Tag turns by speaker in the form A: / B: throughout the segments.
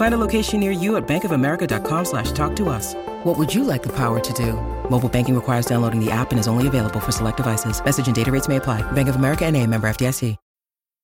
A: Find a location near you at bankofamerica.com slash talk to us. What would you like the power to do? Mobile banking requires downloading the app and is only available for select devices. Message and data rates may apply. Bank of America and a member FDIC.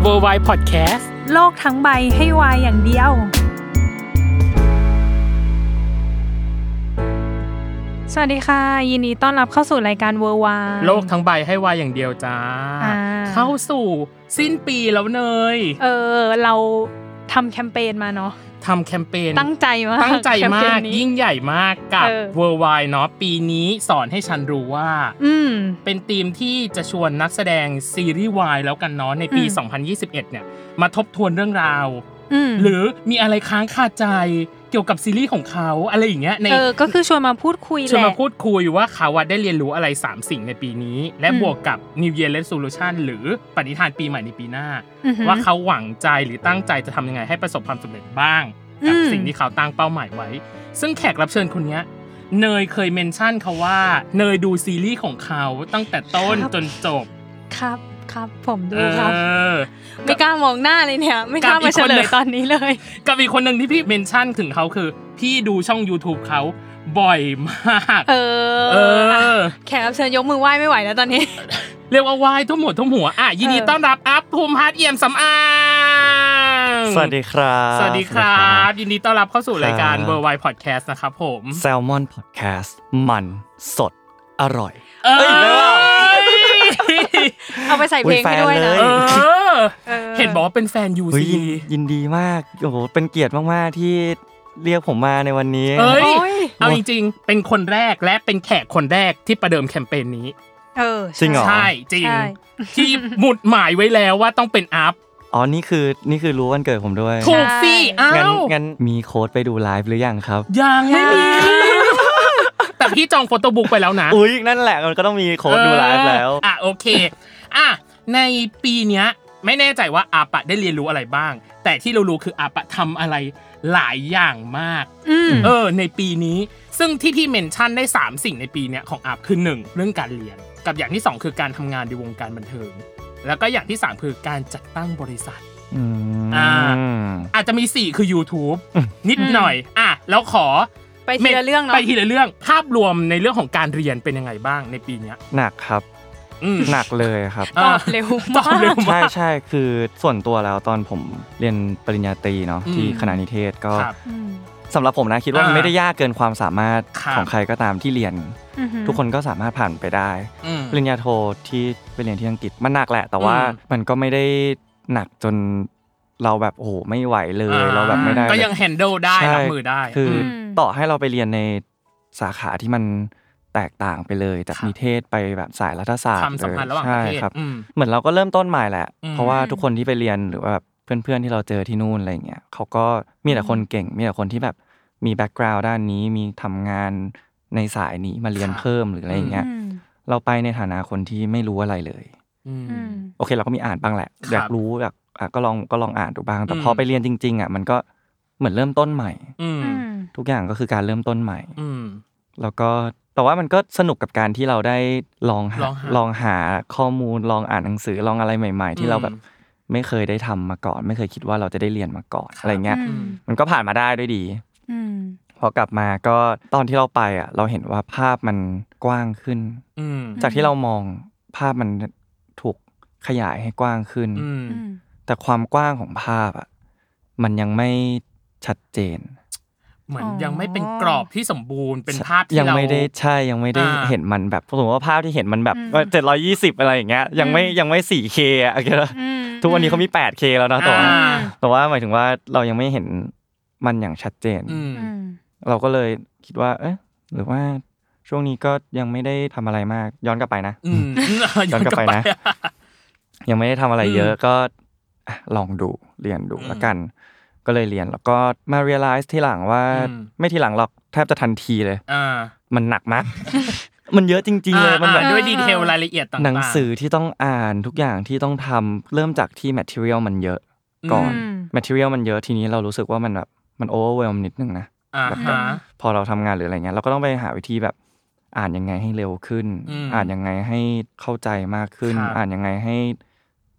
B: เวอร์ไวพอดแคสต์
C: โลกทั้งใบให้วายอย่างเดียว สวัสดีค่ะ ยินดีต้อนรับเข้าสู่รายการเวอร์วาย
B: โลกทั้งใบให้วายอย่างเดียวจ้า
C: อ่า
B: เข้าสู่สิ้นปีแล้วเนย
C: เออ เราทำแคมเปญมาเนาะ
B: ทำแคมเปญ
C: ตั้งใจมาก
B: ตั้งใจ
C: แคเป
B: มา
C: ญ
B: ก
C: นี้
B: ยิ่งใหญ่มากกับ
C: เออ
B: เวอร์ไวเนาะปีนี้สอนให้ฉันรู้ว่า
C: อืม
B: เป็นทีมที่จะชวนนักแสดงซีรีส์วายแล้วกันเนาะในปี
C: อืม
B: 2021 เนี่ยมาทบทวนเรื่องราว
C: อืม
B: หรือมีอะไรค้างคาใจเกี่ยวกับซีรีส์ของเขาอะไรอย่างเงี้ยใน
C: เออ ก็คือชวนมาพูดคุย
B: ชวน
C: แหละ
B: มาพูดคุยว่าเขาอะได้เรียนรู้อะไร 3 สิ่งในปีนี้ และ
C: อืม
B: บวกกับ New Year Resolution หรือปณิธานปีใหม่ในปีหน้า
C: อือหือ
B: ว่าเขาหวังใจหรือตั้งใจจะทำยังไงให้ประสบความสำเร็จบ้าง กับ
C: อืม
B: สิ่งที่เขาตั้งเป้าหมายไว้ ซึ่งแขกรับเชิญคนเนี้ยเนยเคยเมนชั่นเขาว่า เนยดูซีรีส์ของเขาตั้งแต่ต้นจนจบ
C: ครับครับ ผมดู
B: เอ
C: ครับ
B: อ
C: ไม่กล้ามองหน้าเลยเนี่ย ไม่กล้ามาเฉลยตอนนี้เลย
B: กับอีกคนหนึ่งที่พี่เมนชั่นถึงเขาคือ พี่ดูช่อง YouTube เขาบ่อยมาก
C: เออ
B: เอ
C: อ่ะ
B: อ
C: แขกรับเชิญยกมือไหว้ไม่ไหวแล้วตอนนี้
B: เรียกว่าวายทุ่มหัวทุ่มหัวอ่ะยินดีต้อนรับอัพภูมิพัฒน์เอี่ยมสำอาง
D: สวัสดีครับ
B: สวัสดีครับ ยินดีต้อนรับเข้าสู่รายการ
D: ครับ
B: เบอร์ไวพอดแคสต์นะครับผม
D: แซลมอนพอดแคสต์มันสดอร่อย
B: เอ้ย
D: เอ้ย
C: เอาไปใส่เพลงให้ด้วยนะ
D: อุ๊ยแฟนเลย
B: เออ
C: เออ
B: เห็นบอกว่าเป็นแฟนยู
D: เฮ้ย
B: ซี
D: ยินยินดีมากโอ้โหเป็นเกียรติมาก ๆ ที่เรียกผมมาในวันนี้
B: เอ้ย
C: โอ้ย
B: เอาจริงๆ เป็นคนแรกและเป็นแขกคนแรกที่ประเดิมแคมเปญนี้
C: เออ
D: จริงเหรอ
B: ใช่จริง
C: ใช่
B: ที่หมุดหมายไว้แล้วว่าต้องเป็นอัพ
D: อ๋อนี่คือนี่คือรู้วันเกิดผมด้วย
B: ถูกสิอ้า
D: งั้น
B: ว
D: งั้นมีโค้ดไปดูไลฟ์หรือยังครับ
B: ยังไม่มี แต่พี่จองโฟโต้บุ๊กไปแล้วนะ
D: อุ้ยนั่นแหละมันก็ต้องมีโค้ดดูไลฟ์แล้ว
B: เอออ่ะโอเคอ่ะในปีเนี้ยไม่แน่ใจว่าอาปะได้เรียนรู้อะไรบ้าง แต่ที่เรารู้คืออาปะทำอะไรหลายอย่างมาก
C: อืม
B: เออในปีนี้ซึ่งที่พี่เมนชั่นได้ 3 สิ่งในปีเนี้ยของอาปคือ 1 เรื่องการเรียน กับอย่างที่ 2 คือการทำงานในวงการบันเทิง แล้วก็อย่างที่ 3 คือการจัดตั้งบริษัท
D: อืม
B: อ่า อาจจะมี 4 คือ YouTube
D: อืม
B: นิด
C: อืม
B: หน่อยอ่ะแล้วขอ
C: ไปทีละเรื่องเนาะ
B: ไปทีละเรื่องภาพรวมในเรื่องของการเรียนเป็นยังไงบ้างในปีเนี้ย
D: หนัก ครับ
B: อืม
D: หนักเลยครับ
C: ตอบเร็ว
B: ต
C: มาก
B: อบเร็ว
D: ใช่
B: มาก
D: ใช่คือส่วนตัวแล้วตอนผมเรียนปริญญาตรีเนาะที่
B: อืม
D: คณะนิเทศก็
B: ครับ
C: อืม
D: สำหรับผมนะคิดว่า
B: อ่ามั
D: มันไม่ได้ยากเกินความสามารถ
B: ครับ
D: ของใครก็ตามที่เรียน
C: อือหือ
D: ทุกคนก็สามารถผ่านไปได้
B: อืม
D: ปริญญาโทที่ไปเรียนที่อังกฤษมันหนักแหละ แต่ว่า
B: อืม
D: มันก็ไม่ได้หนักจนเราแบบโอ้โหไม่ไหวเลยเราแบบไม่ได้
B: ก็ยังแฮนเดิลได้
D: ใช่
B: รับมือได้
D: คืออ
C: ม
D: ต่อให้เราไปเรียนในสาขาที่มันแตกต่างไปเลยจาก
B: ครับ
D: นิเทศไปแบบสายรัฐศาสตร์
B: ความสัมพันธ์ระหว่างประเทศ
D: ใช่ครับ
B: อืม
D: เหมือนเราก็เริ่มต้นใหม่แหละ
B: อืม
D: เพราะว่าทุกคนที่ไปเรียนหรือว่าแบบเพื่อนๆที่เราเจอที่นู่นอะไรอย่างเงี้ยเขาก็มีแต่คนเก่ง มีแต่คนที่แบบมีแบ็กกราวด์ด้านนี้มีทำงานในสายนี้มาเรียนเพิ่มหรืออะไรอย่างเงี้ย
C: อืม
D: เราไปในฐานะคนที่ไม่รู้อะไรเลย
B: อืม
C: อืม
D: โอเค เราก็มีอ่านบ้างแหละ
B: ครับ
D: อยากรู้อยากอ่ะก็ลองก็ลองอ่านดูบ้าง แต่
B: อืม
D: พอไปเรียนจริงๆอ่ะมันก็เหมือนเริ่มต้นใหม่
B: อืม
C: อืม
D: ทุกอย่างก็คือการเริ่มต้นใหม่
B: อืม
D: แล้วก็แต่ว่ามันก็สนุกกับการที่เราได้ลองหา
B: ลองหา
D: ลองหาข้อมูลลองอ่านหนังสือลองอะไรใหม่ ๆ
B: อื
D: ที่
B: ม
D: เราแบบไม่เคยได้ทำมาก่อน ไม่เคยคิดว่าเราจะได้เรียนมาก่อน
B: ครับ
D: อะไรเงี้ย
C: อืม
D: มันก็ผ่านมาได้ด้วยดี
C: อืม
D: พอกลับมาก็ตอนที่เราไปอ่ะเราเห็นว่าภาพมันกว้างขึ้น
B: อืม
D: จากที่เรามองภาพมันถูกขยายให้กว้างขึ้น
B: อืม
C: อืม
D: แต่ความกว้างของภาพอ่ะมันยังไม่ ชัดเจน
B: เหมือน
C: อ๋อ
B: ยังไม่เป็นกรอบที่สมบูรณ์เป็นภาพที่
D: ยัง
B: เรา
D: ไม่ได้ใช่ยังไม่ได้
B: อ่า
D: เห็นมันแบบสมมติว่าภาพที่เห็นมันแบบ
C: อืม
D: เจ็ดร้อยี่สิบอะไรอย่างเงี้ยยังไม่
C: อืม
D: ยังไม่ 4K อะโอเคแล้ว
C: อืม
D: ทุกวันนี้เขามี 8K แล้วนะแต่ว่า
B: อ่า
D: แต่ว่าหมายถึงว่าเรายังไม่เห็นมันอย่างชัดเจน
B: อืม
C: อืม
D: เราก็เลยคิดว่า เอ๊ะหรือว่าช่วงนี้ก็ยังไม่ได้ทำอะไรมาก ย้อนกลับไปนะ
B: อืม
D: ย้อนกลับไปนะ ยังไม่ได้ทำอะไรเยอะ
B: อืม
D: ก็อ่ะลองดูเรียนดู
B: อืม
D: ละกัน ก็เลยเรียนแล้วก็มา realize ทีหลังว่า
B: อืม
D: ไม่ทีหลังหรอกแทบจะทันทีเลย
B: อ่า
D: มันหนัก มาก มันเยอะจริง ๆ เลยมันแบบ
B: อ่าด้วยดีเทลรายละเอียดต่างๆ
D: หนังสือที่ต้องอ่านทุกอย่างที่ต้องทำเริ่มจากที่ material มันเยอะก่อน
C: อืม
D: material มันเยอะทีนี้เรารู้สึกว่ามันแบบมัน overwhelm นิดนึงนะ
B: อ่าฮะ
D: พอเราทำงานหรืออะไรเงี้ยเราก็ต้องไปหาวิธีแบบอ่านยังไงให้เร็วขึ้น
B: อืม
D: อ่านยังไงให้เข้าใจมากขึ้น
B: ครับ
D: อ่านยังไงให้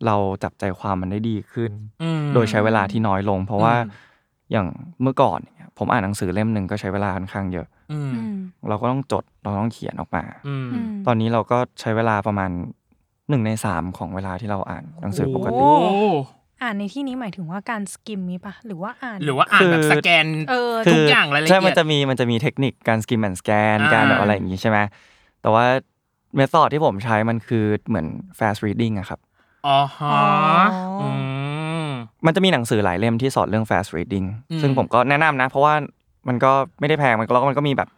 D: เราจับใจความมันได้ดีขึ้น
B: อืม
D: โดยใช้เวลาที่น้อยลง เพราะว่า
B: อืม
D: อย่างเมื่อก่อนเนี่ยผมอ่านหนังสือเล่มหนึ่งก็ใช้เวลาค่อนข้างเยอะ
B: อืม
C: อืม
D: เราก็ต้องจดเราต้องเขียนออกมา
B: อืม
C: อืม
D: ตอนนี้เราก็ใช้เวลาประมาณหนึ่งในสามของเวลาที่เราอ่านหนังสือปกติ
C: โอ้
B: โอ้
C: อ่านในที่นี้หมายถึงว่าการสกิมนี้ปะหรือว่าอ่าน
B: หรือว่าอ่านแบบสแกน
C: เออ
B: ทุกอย่างรายละเอียด
D: ใช่ มันจะมีมันจะมีเทคนิคการสกิมแอนสแกน
B: อ่า
D: การแบบอะไรอย่างงี้ใช่ไหมแต่ว่าเมธอดที่ผมใช้มันคือเหมือน fast reading อะครับ
B: อ๋อฮะ
C: อ๋ออื
B: อืม
D: มันจะมีหนังสือหลายเล่มที่สอนเรื่อง fast reading
B: อืม
D: ซึ่งผมก็แนะนำนะ เพราะว่ามันก็ไม่ได้แพง มันก็แล้วก็มันก็มีแบบ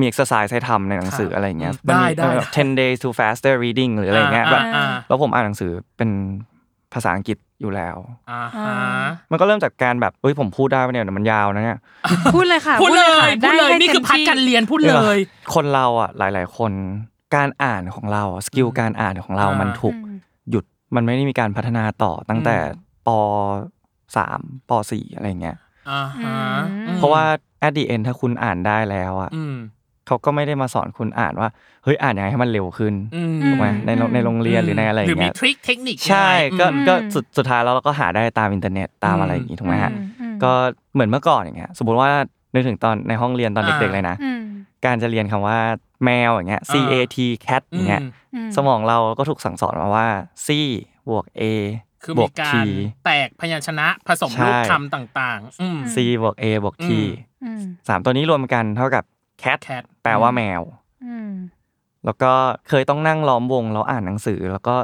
D: มี exercise ให้ทำในหนังสืออะไรอย่างเงี้ยมัน
B: ได้
D: มี
B: ได้
D: แบบ10 days to faster reading หรืออะไรอย่างเงี้ยแบบ
B: อ่า
D: แล้วผมอ่านหนังสือเป็นภาษาอังกฤษอยู่แล้ว
B: อ่าฮะ
D: มันก็เริ่มจากการแบบเอ้ยผมพูดได้ปะเนี่ยเดี๋ยวมันยาวนะเนี่ย
C: พูดเลยค่ะ
B: พูดเลย
C: ค่ะ
B: พูดเลย
C: ได้ให้
B: นี่คือ
C: ต็ม
B: พัก
C: ที่
B: การเรียนพูด
D: นี่
B: เล
D: หรอย คนเราอ่ะหลาย ๆ คนการอ่านของเราสกิลการอ่านของเรา
B: อ่ามั
D: มันถูก
C: อืม
D: หยุดมันไม่ได้มีการพัฒนาต่อตั้งแต่
B: อื
D: ปสามปสี่อะไรเงี้ย
B: อ่าฮะ
C: อืม
D: เพราะว่า at the end ถ้าคุณอ่านได้แล้วอ่ะ
B: อืม
D: เขาก็ไม่ได้มาสอนคุณอ่านว่าเฮ้ยอ่านยังไงให้มันเร็วขึ้น
B: อืม
D: ถูกไหมในโรงในโรงเรียนหรือในอะไร
B: หรือ
D: เงี้
B: มี
D: ย
B: ทริคเทคนิค
D: ใช่
B: ยังไง
D: ก็
B: อืม
D: ก็สุดสุดท้ายแล้วเราก็หาได้ตามอินเทอร์เน็ตตามอะไรอย่างงี้ถูกไหมฮะ
C: อืมอืม
D: ก็เหมือนเมื่อก่อนอย่างเงี้ยสมมติว่านึกถึงตอนในห้องเรียนตอนเด็ก ๆ เลยนะ
C: อืม
D: การจะเรียนคำว่าแมวอย่างเงี้ย
B: อ่า
D: C A T cat อย่างเงี้ย
B: อืม
C: อื
D: สมองเราก็ถูกสั่งสอนมาว่า C บวก A
B: คือบ มี
D: วก
B: กา
D: T
B: รแตกพยัญชนะผสม
D: ใช่
B: รูปคำต่างๆ อืม
D: C บวก A บวก T
B: อืม
C: อืม
D: สามตัวนี้รวมกันเท่ากับ cat
B: แคท
D: แปลว่าแมว
C: อืม
D: แล้วก็เคยต้องนั่งล้อมวงแล้วอ่านหนังสือ แล้วก็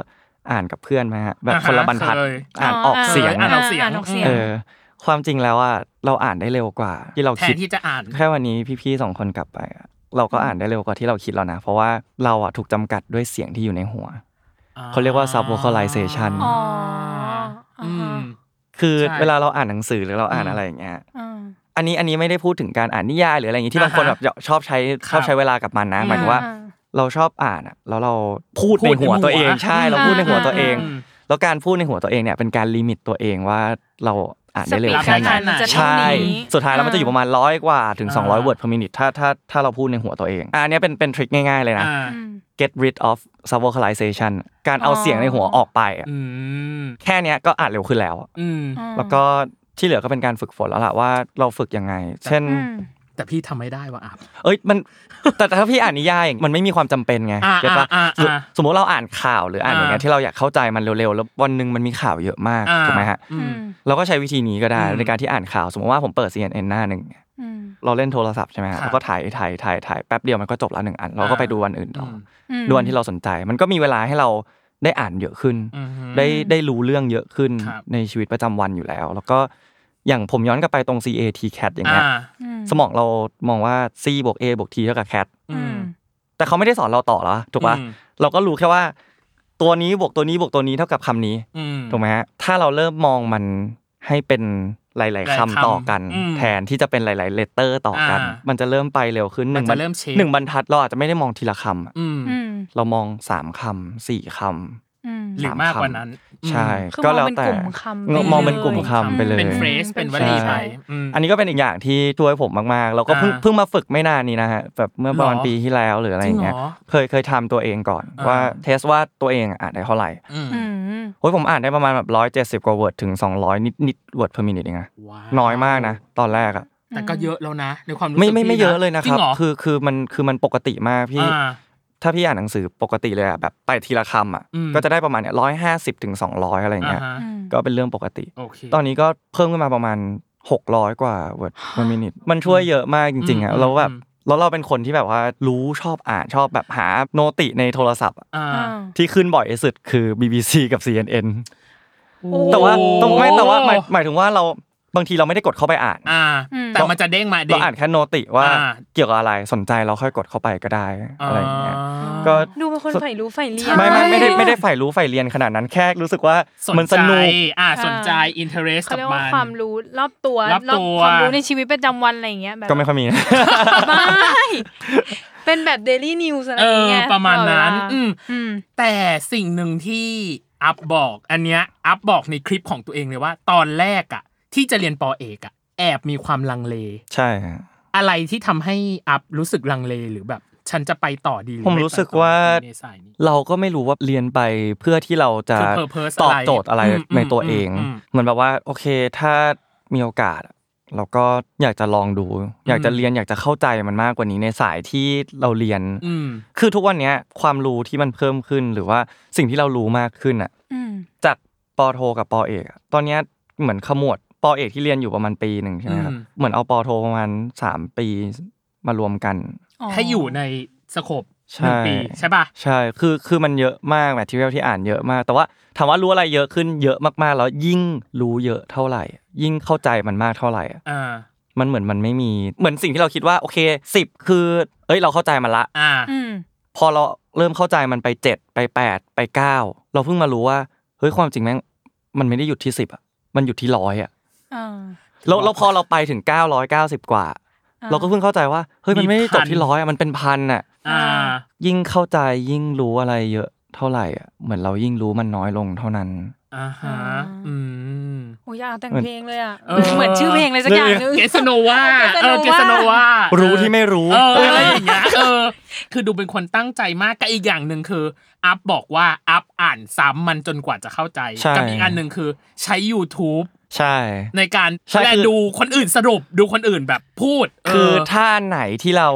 D: อ่านกับเพื่อนไหมาฮะแบบ
B: อ่าฮะ
D: คนละบรรทัด
B: เคย
D: อ่านออกเสียง
B: อ่านออ
D: อะ
B: กเสียง
C: อ่านออกเสียง
D: เออ ความจริงแล้วอ่ะเราอ่านได้เร็วกว่า ที่เรา
B: แท
D: คิ
B: น
D: ด
B: ที่จะอ่าน
D: แค่วันนี้พี่ๆสองคนกลับไปอะเราก็อ่านได้เร็วกว่าที่เราคิดแล้วนะ เพราะว่าเราอ่ะถูกจำกัดด้วยเสียงที่อยู่ในหัว เขาเรียกว่า sub vocalization
C: อ๋อ
B: อืม
D: คือ
B: ใช่
D: เวลาเราอ่านหนังสือหรือเราอ่าน
B: อืม
D: อะไรอย่างเงี้ย
C: อ่า
D: อันนี้อันนี้ไม่ได้พูดถึงการอ่านนิยายหรืออะไรอย่างงี้ที่บางคน
B: อ่า
D: แบ
B: ฮะ
D: บชอบใช้
B: ครับ
D: ชอบใช้เวลากับมันนะ หมายถึงว่า
C: อ่า
D: เราชอบอ่านอะแล้วเราพูด
B: พู
D: ใน
B: ดใน
D: หัวตัว
B: หัว
D: เอง ใช่เรา
C: อ่า
D: พูดในหัวตัวเอง
B: อืม
D: แล้วการพูดในหัวตัวเองเนี่ยเป็นการลิมิตตัวเองว่าเราอ่านได้เร็ว
C: สปีด
D: แค่ไห
C: ข
D: น
C: นาดไหนจะเท่า
D: ใช่
C: นี้
D: สุดท้ายแล้วมันจะอยู่ประมาณร้อยกว่าถึง
B: อ่า
D: 200 word per minute ถ้าถ้าถ้าเราพูดในหัวตัวเองอะอันเนี้ยเป็นเป็นทริคง่ายๆเลยนะ
B: อ่า
D: get rid of sub vocalization การเอา
C: อ๋อ
D: เสียงในหัวออกไปอะ
B: อืม
D: แค่เนี้ยก็อ่านเร็วขึ้นแล้วอะ
B: อืม
C: อ่า
D: แล้วก็ที่เหลือก็เป็นการฝึกฝนแล้วล่ะว่าเราฝึกยังไง เช่น
C: อืม
B: แต่พี่ทำไม่ได้ว่ะอับ
D: เอ้ยมัน แต่แต่ถ้าพี่อ่านนิยายอย่างมันไม่มีความจำเป็นไง
B: อ่า
D: เก็ตปะ
B: อ่าอ่า
D: สมมุติสมมติเราอ่านข่าวหรืออ่านอย่างเงี้ย
B: อ่า
D: ที่เราอยากเข้าใจมันเร็วๆ แล้ววันหนึ่งมันมีข่าวเยอะมาก
B: อ่า
D: ถูกไหมฮะ
B: อืม
D: เราก็ใช้วิธีนี้ก็ได้
B: อืม
D: ในการที่อ่านข่าว สมมติว่าผมเปิด CNN หน้าหนึ่งเนี่ย
C: อืม
D: เราเล่นโทรศัพท์ใช่ไหม
B: ครั
D: ฮะ
B: บ
D: เราก็ถ่ายถ่ายถ่ายถ่ายแป๊บเดียวมันก็จบแล้วหนึ่งอัน เราก็
B: อ่า
D: ไปดูวันอื่นต่ออ
C: อืม
D: ดูวันที่เราสนใจ มันก็มีเวลาให้เราได้อ่านเยอะขึ้น
B: อืม
D: ได้ได้รู้เรื่องเยอะขึ้น
B: ครับ
D: ในชีวิตประจำวันอยู่แล้ว แล้วก็อย่างผมย้อนกลับไปตรง CAT cat อย่างเงี้ย
B: อ่า
D: สมองเรามองว่า c บวก a บวก t เท่ากับ cat
B: อืม
D: แต่เขาไม่ได้สอนเราต่อหรอถูกปะ
B: อืม
D: เราก็รู้แค่ว่า ตัวนี้บวกตัวนี้บวกตัวนี้เท่ากับคำนี้
B: อืม
D: ถูกไหมฮะถ้าเราเริ่มมองมันให้เป็นหลาย ๆ
B: หลายๆ
D: คำ
B: คำ
D: ต่อกัน
B: อืม
D: แทนที่จะเป็นหลาย ๆ เลตเตอร์ต่อกัน
B: อ่ามั
D: มันจะเริ่มไปเร็วขึ้นหนึ่ง
B: มันจะเริ่มเชฟ
D: หนึ่งบรรทัดเราอาจจะไม่ได้มองทีละคำอะ
B: อืม
C: อืม
D: เรามองสามคำสี่คำ
C: อืม
B: หรือมากกว่านั้น
D: ใช่
C: คือ
D: ก็แล้ว
C: มองเป็น
D: แต่
C: กลุ่มคำไป
D: เงาะมองเป็นกลุ่มคำไปเลย
B: เป็นเฟรสเป็นวลี
D: ใช่
B: ไปอืม
D: อันนี้ก็เป็นอีกอย่างที่ช่วยผมมากๆ แล้วก็เพิ่ง
B: อ่า
D: เพิ่งมาฝึกไม่นานนี้นะฮะแบบเมื่อประมาณ
B: หรอ
D: ปีที่แล้วหรืออะไรอย่างเงี้ย
B: จริงเหรอ
D: เคยเคยทำตัวเองก่อน
B: อ่า
D: ว่าเทสว่าตัวเองอ่านได้เท่าไหร่
B: อืม
C: อืม
D: โอ้ยผมอ่านได้ประมาณแบบร้อยเจ็ดสิบ170 กว่า word ถึง 200 นิดนิด word per minute เองนะ
B: ว้าว
D: น้อยมากนะ ตอนแรกอะ
B: แต่ก็เยอะแล้วนะ ในความรู้สึก
D: ไม่ไม่ไม่
B: พี่
D: เยอะเลยนะ
B: จ
D: ครับ
B: งหอ
D: คือคือมันคือมันปกติมากพี่
B: อ่า
D: ถ้าพี่อ่านหนังสือปกติเลยอะแบบไปทีละคำอะ
B: อืม
D: ก็จะได้ประมาณเนี่ยร้อยห้าสิบถึงสองร้อยอะไรอย่างเงี้ย
B: อ่าฮะ
D: ก็เป็นเรื่องปกติ
B: โอเค
D: ตอนนี้ก็เพิ่มขึ้นมาประมาณ 600 กว่า word per minute มันช่วยเยอะมากจริงๆอะ
B: อืม
D: เราแบบ
B: อืม
D: แล้วเราเป็นคนที่แบบว่ารู้ชอบอ่านชอบแบบหาโนติในโทรศัพท์อะ
B: อ่า
C: อ่า
D: ที่ขึ้นบ่อยที่สุดคือ BBC กับ CNN
C: โอ้
D: แต่ว่าตรงไม่แต่ว่าหมาย
B: โอ้
D: หมายถึงว่าเราบางทีเราไม่ได้กดเข้าไปอ่าน
B: อ่า
C: อืม
B: แต่มันจะเด้งมาเด้
D: เรา
B: ง
D: อ่านแค่โนติว่า
B: อ่า
D: เกี่ยวกับอะไรสนใจเราค่อยกดเข้าไปก็ได้อะไรอย่างเงี้ย ก็
C: ดูเป็นคนใฝ่รู้ใฝ่เรียน
D: ไม่ไม่ไม่ได้ไม่ได้ใฝ่รู้ใฝ่เรียนขนาดนั้นแค่รู้สึกว่า
B: สน
D: มันส
B: ใจ
D: นุก
B: อ่าสนใจ
C: อ่า
B: interest
C: เขา
B: กับ
C: เรียก
B: มั
C: ว่าน ความรู้รอบตัว
B: รอบตัว
C: ความรู้ในชีวิตประจำวันอะไรอย่างเงี้ยแบบ
D: ก็ไม่ค่อยมีนะ
C: ไม่เป็นแบบเดลี่นิวส์อะไร
B: เอ
C: อย่าง
B: อ
C: เงี้ย
B: ประมาณนั้น
C: ตลอดเวลา
B: อืม
C: อืม
B: แต่สิ่งหนึ่งที่อัพบอกอันเนี้ยอัพบอกในคลิปของตัวเองเลยว่า ตอนแรกอะที่จะเรียนปอเอกอะแอบมีความลังเล
D: ใช่ฮะ
B: อะไรที่ทำให้อัพรู้สึกลังเลหรือแบบ ฉันจะไปต่อดีหรือ
D: ผม
B: ไไป
D: รู้สึก
B: ต่อ
D: ว่า
B: ในสายนี้
D: เราก็ไม่รู้ว่าเรียนไปเพื่อที่เราจะ
B: คือ purpose
D: ตอบ
B: อะไร
D: โจทย์อะไร
B: อืม
D: ในตัวเอง
B: อืมอืม
D: เหมือนแบบว่าโอเคถ้ามีโอกาส เราก็อยากจะลองดู อยากจะ
B: อืม
D: เรียนอยากจะเข้าใจมันมากกว่านี้ในสายที่เราเรียน
B: อืม
D: คือทุกวันเนี้ยความรู้ที่มันเพิ่มขึ้นหรือว่าสิ่งที่เรารู้มากขึ้นอ่ะ
C: อืม
D: จากปอโทกับปอเอกอะตอนเนี้ยเหมือนขมวดปอเอกที่เรียนอยู่ประมาณปีหนึ่งใช่ไหมครับ
B: อืม
D: เหมือนเอาปอโทประมาณสามปีมารวมกัน
B: ให้อยู่ในสโคป
D: ใช่
B: หนึ่งปีใช่ป่ะ
D: ใช่คือคือมันเยอะมากแมทเทียลที่อ่านเยอะมาก แต่ว่าถามว่ารู้อะไรเยอะขึ้นเยอะมากๆ แล้วยิ่งรู้เยอะเท่าไหร่ ยิ่งเข้าใจมันมากเท่าไหร่อะ
B: อ่า
D: มันเหมือนมันไม่มีเหมือนสิ่งที่เราคิดว่าโอเคสิบคือ เอ้ยเราเข้าใจมันละ
B: อ่า
C: อืม
D: พอเราเริ่มเข้าใจมันไปเจ็ดไปแปดไปเก้าเราเพิ่งมารู้ว่าเฮ้ยความจริงแม่งมันไม่ได้หยุดที่สิบอ่ะมันหยุดที่ร้อยอ่ะ
C: อ่า
D: แล้วแล้วพอเราไปถึง 990 กว่า
C: อ่า
D: เราก็เพิ่งเข้าใจว่าเฮ้ยมันไม่ได้จบ
B: มี
D: ที่
B: พัน
D: ร้อยอะมันเป็นพันอ่ะ
B: อ่า
D: ยิ่งเข้าใจยิ่งรู้อะไรเยอะเท่าไหร่อ่ะเหมือนเรายิ่งรู้มันน้อยลงเท่านั้น
B: อ่าฮะ อืม
C: โอ้ยอยากเอาแต่ง
D: เหมือน
C: เพลงเลยอ่ะ
B: เออ
C: เหมือนชื่อเพลงเลยสักอย่างหนึง
B: เกสโนวาเออเกสโนวา
D: รู้ที่ไม่รู้
B: เอออะไรอย่างเงี้ยเออ คือดูเป็นคนตั้งใจมากกับอีกอย่างหนึ่งคือ อัพบอกว่าอัพอ่านซ้ำมันจนกว่าจะเข้าใจกับอีกอันหนึ่งคือใช้ YouTube
D: ใช่
B: ในการ
D: ใช่คือ
B: และดูคนอื่นสรุปดูคนอื่นแบบพูดเ
D: คือถ้าอันไหนที่เรา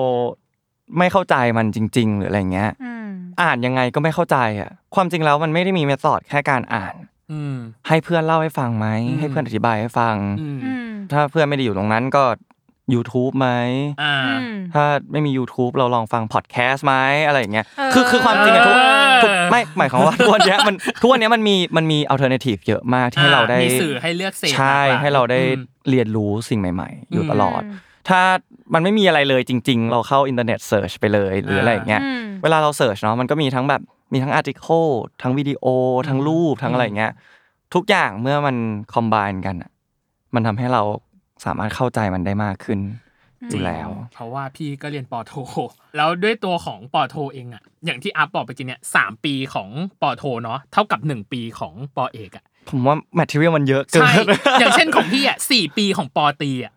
D: ไม่เข้าใจมันจริง ๆ หรืออะไรเงี้ย
C: อืม
D: อ่านยังไงก็ไม่เข้าใจอ่ะความจริงแล้วมันไม่ได้มีเมธอดแค่การอ่าน
B: อืม
D: ให้เพื่อนเล่าให้ฟังไหม
B: อืม
D: ให้เพื่อนอธิบายให้ฟัง
B: อืม
C: อืม
D: ถ้าเพื่อนไม่ได้อยู่ตรงนั้นก็ YouTube ไหม
B: อ่า
C: อืม
D: ถ้าไม่มี YouTube เราลองฟังพอดแคสต์ไหมอะไรอย่างเงี้ย
C: เออ
D: คือคือความจริงอะทุก
B: เออ
D: ทุกไม่หมายความว่า ทุกวันเนี้ยมันทุกวันเนี้ยมันมีมันมีอัลเทอร์เนทีฟเยอะมากที่ให้เราได้
B: มีสื่อให้เลือกเสพ
D: ใช่
B: มกกว่
D: ให้เราได้
B: อืม
D: เรียนรู้สิ่งใหม่ๆ อยู่
B: อืม
D: ตลอด ถ้ามันไม่มีอะไรเลยจริง ๆ เราเข้าอินเทอร์เน็ตเสิร์ชไปเลยหรืออะไรอย่างเงี้ย
C: อืม
D: เวลาเราเสิร์ชเนาะมันก็มีทั้งแบบมีทั้งอาร์ติเคิลทั้งวิดีโอ ทั้งรูปทั้งอะไรอย่างเงี้ยทุกอย่างเมื่อมันคอมบ n e กันอะมันทำให้เราสามารถเข้าใจมันได้มากขึ้นอยู่แล้ว
B: เพราะว่าพี่ก็เรียนปอโท แล้วด้วยตัวของปอโทเองอะอย่างที่อัพบอกไปจริงเนี่ยสามปีของปอโทเนาะเท่ากับหนึ่งปีของปอเอกอะ
D: ผมว่าแมทเทียลมันเยอะเกิน
B: ใช่ อย่างเช่นของพี่อ่ะสี่ปีของปอตรีอ่ะ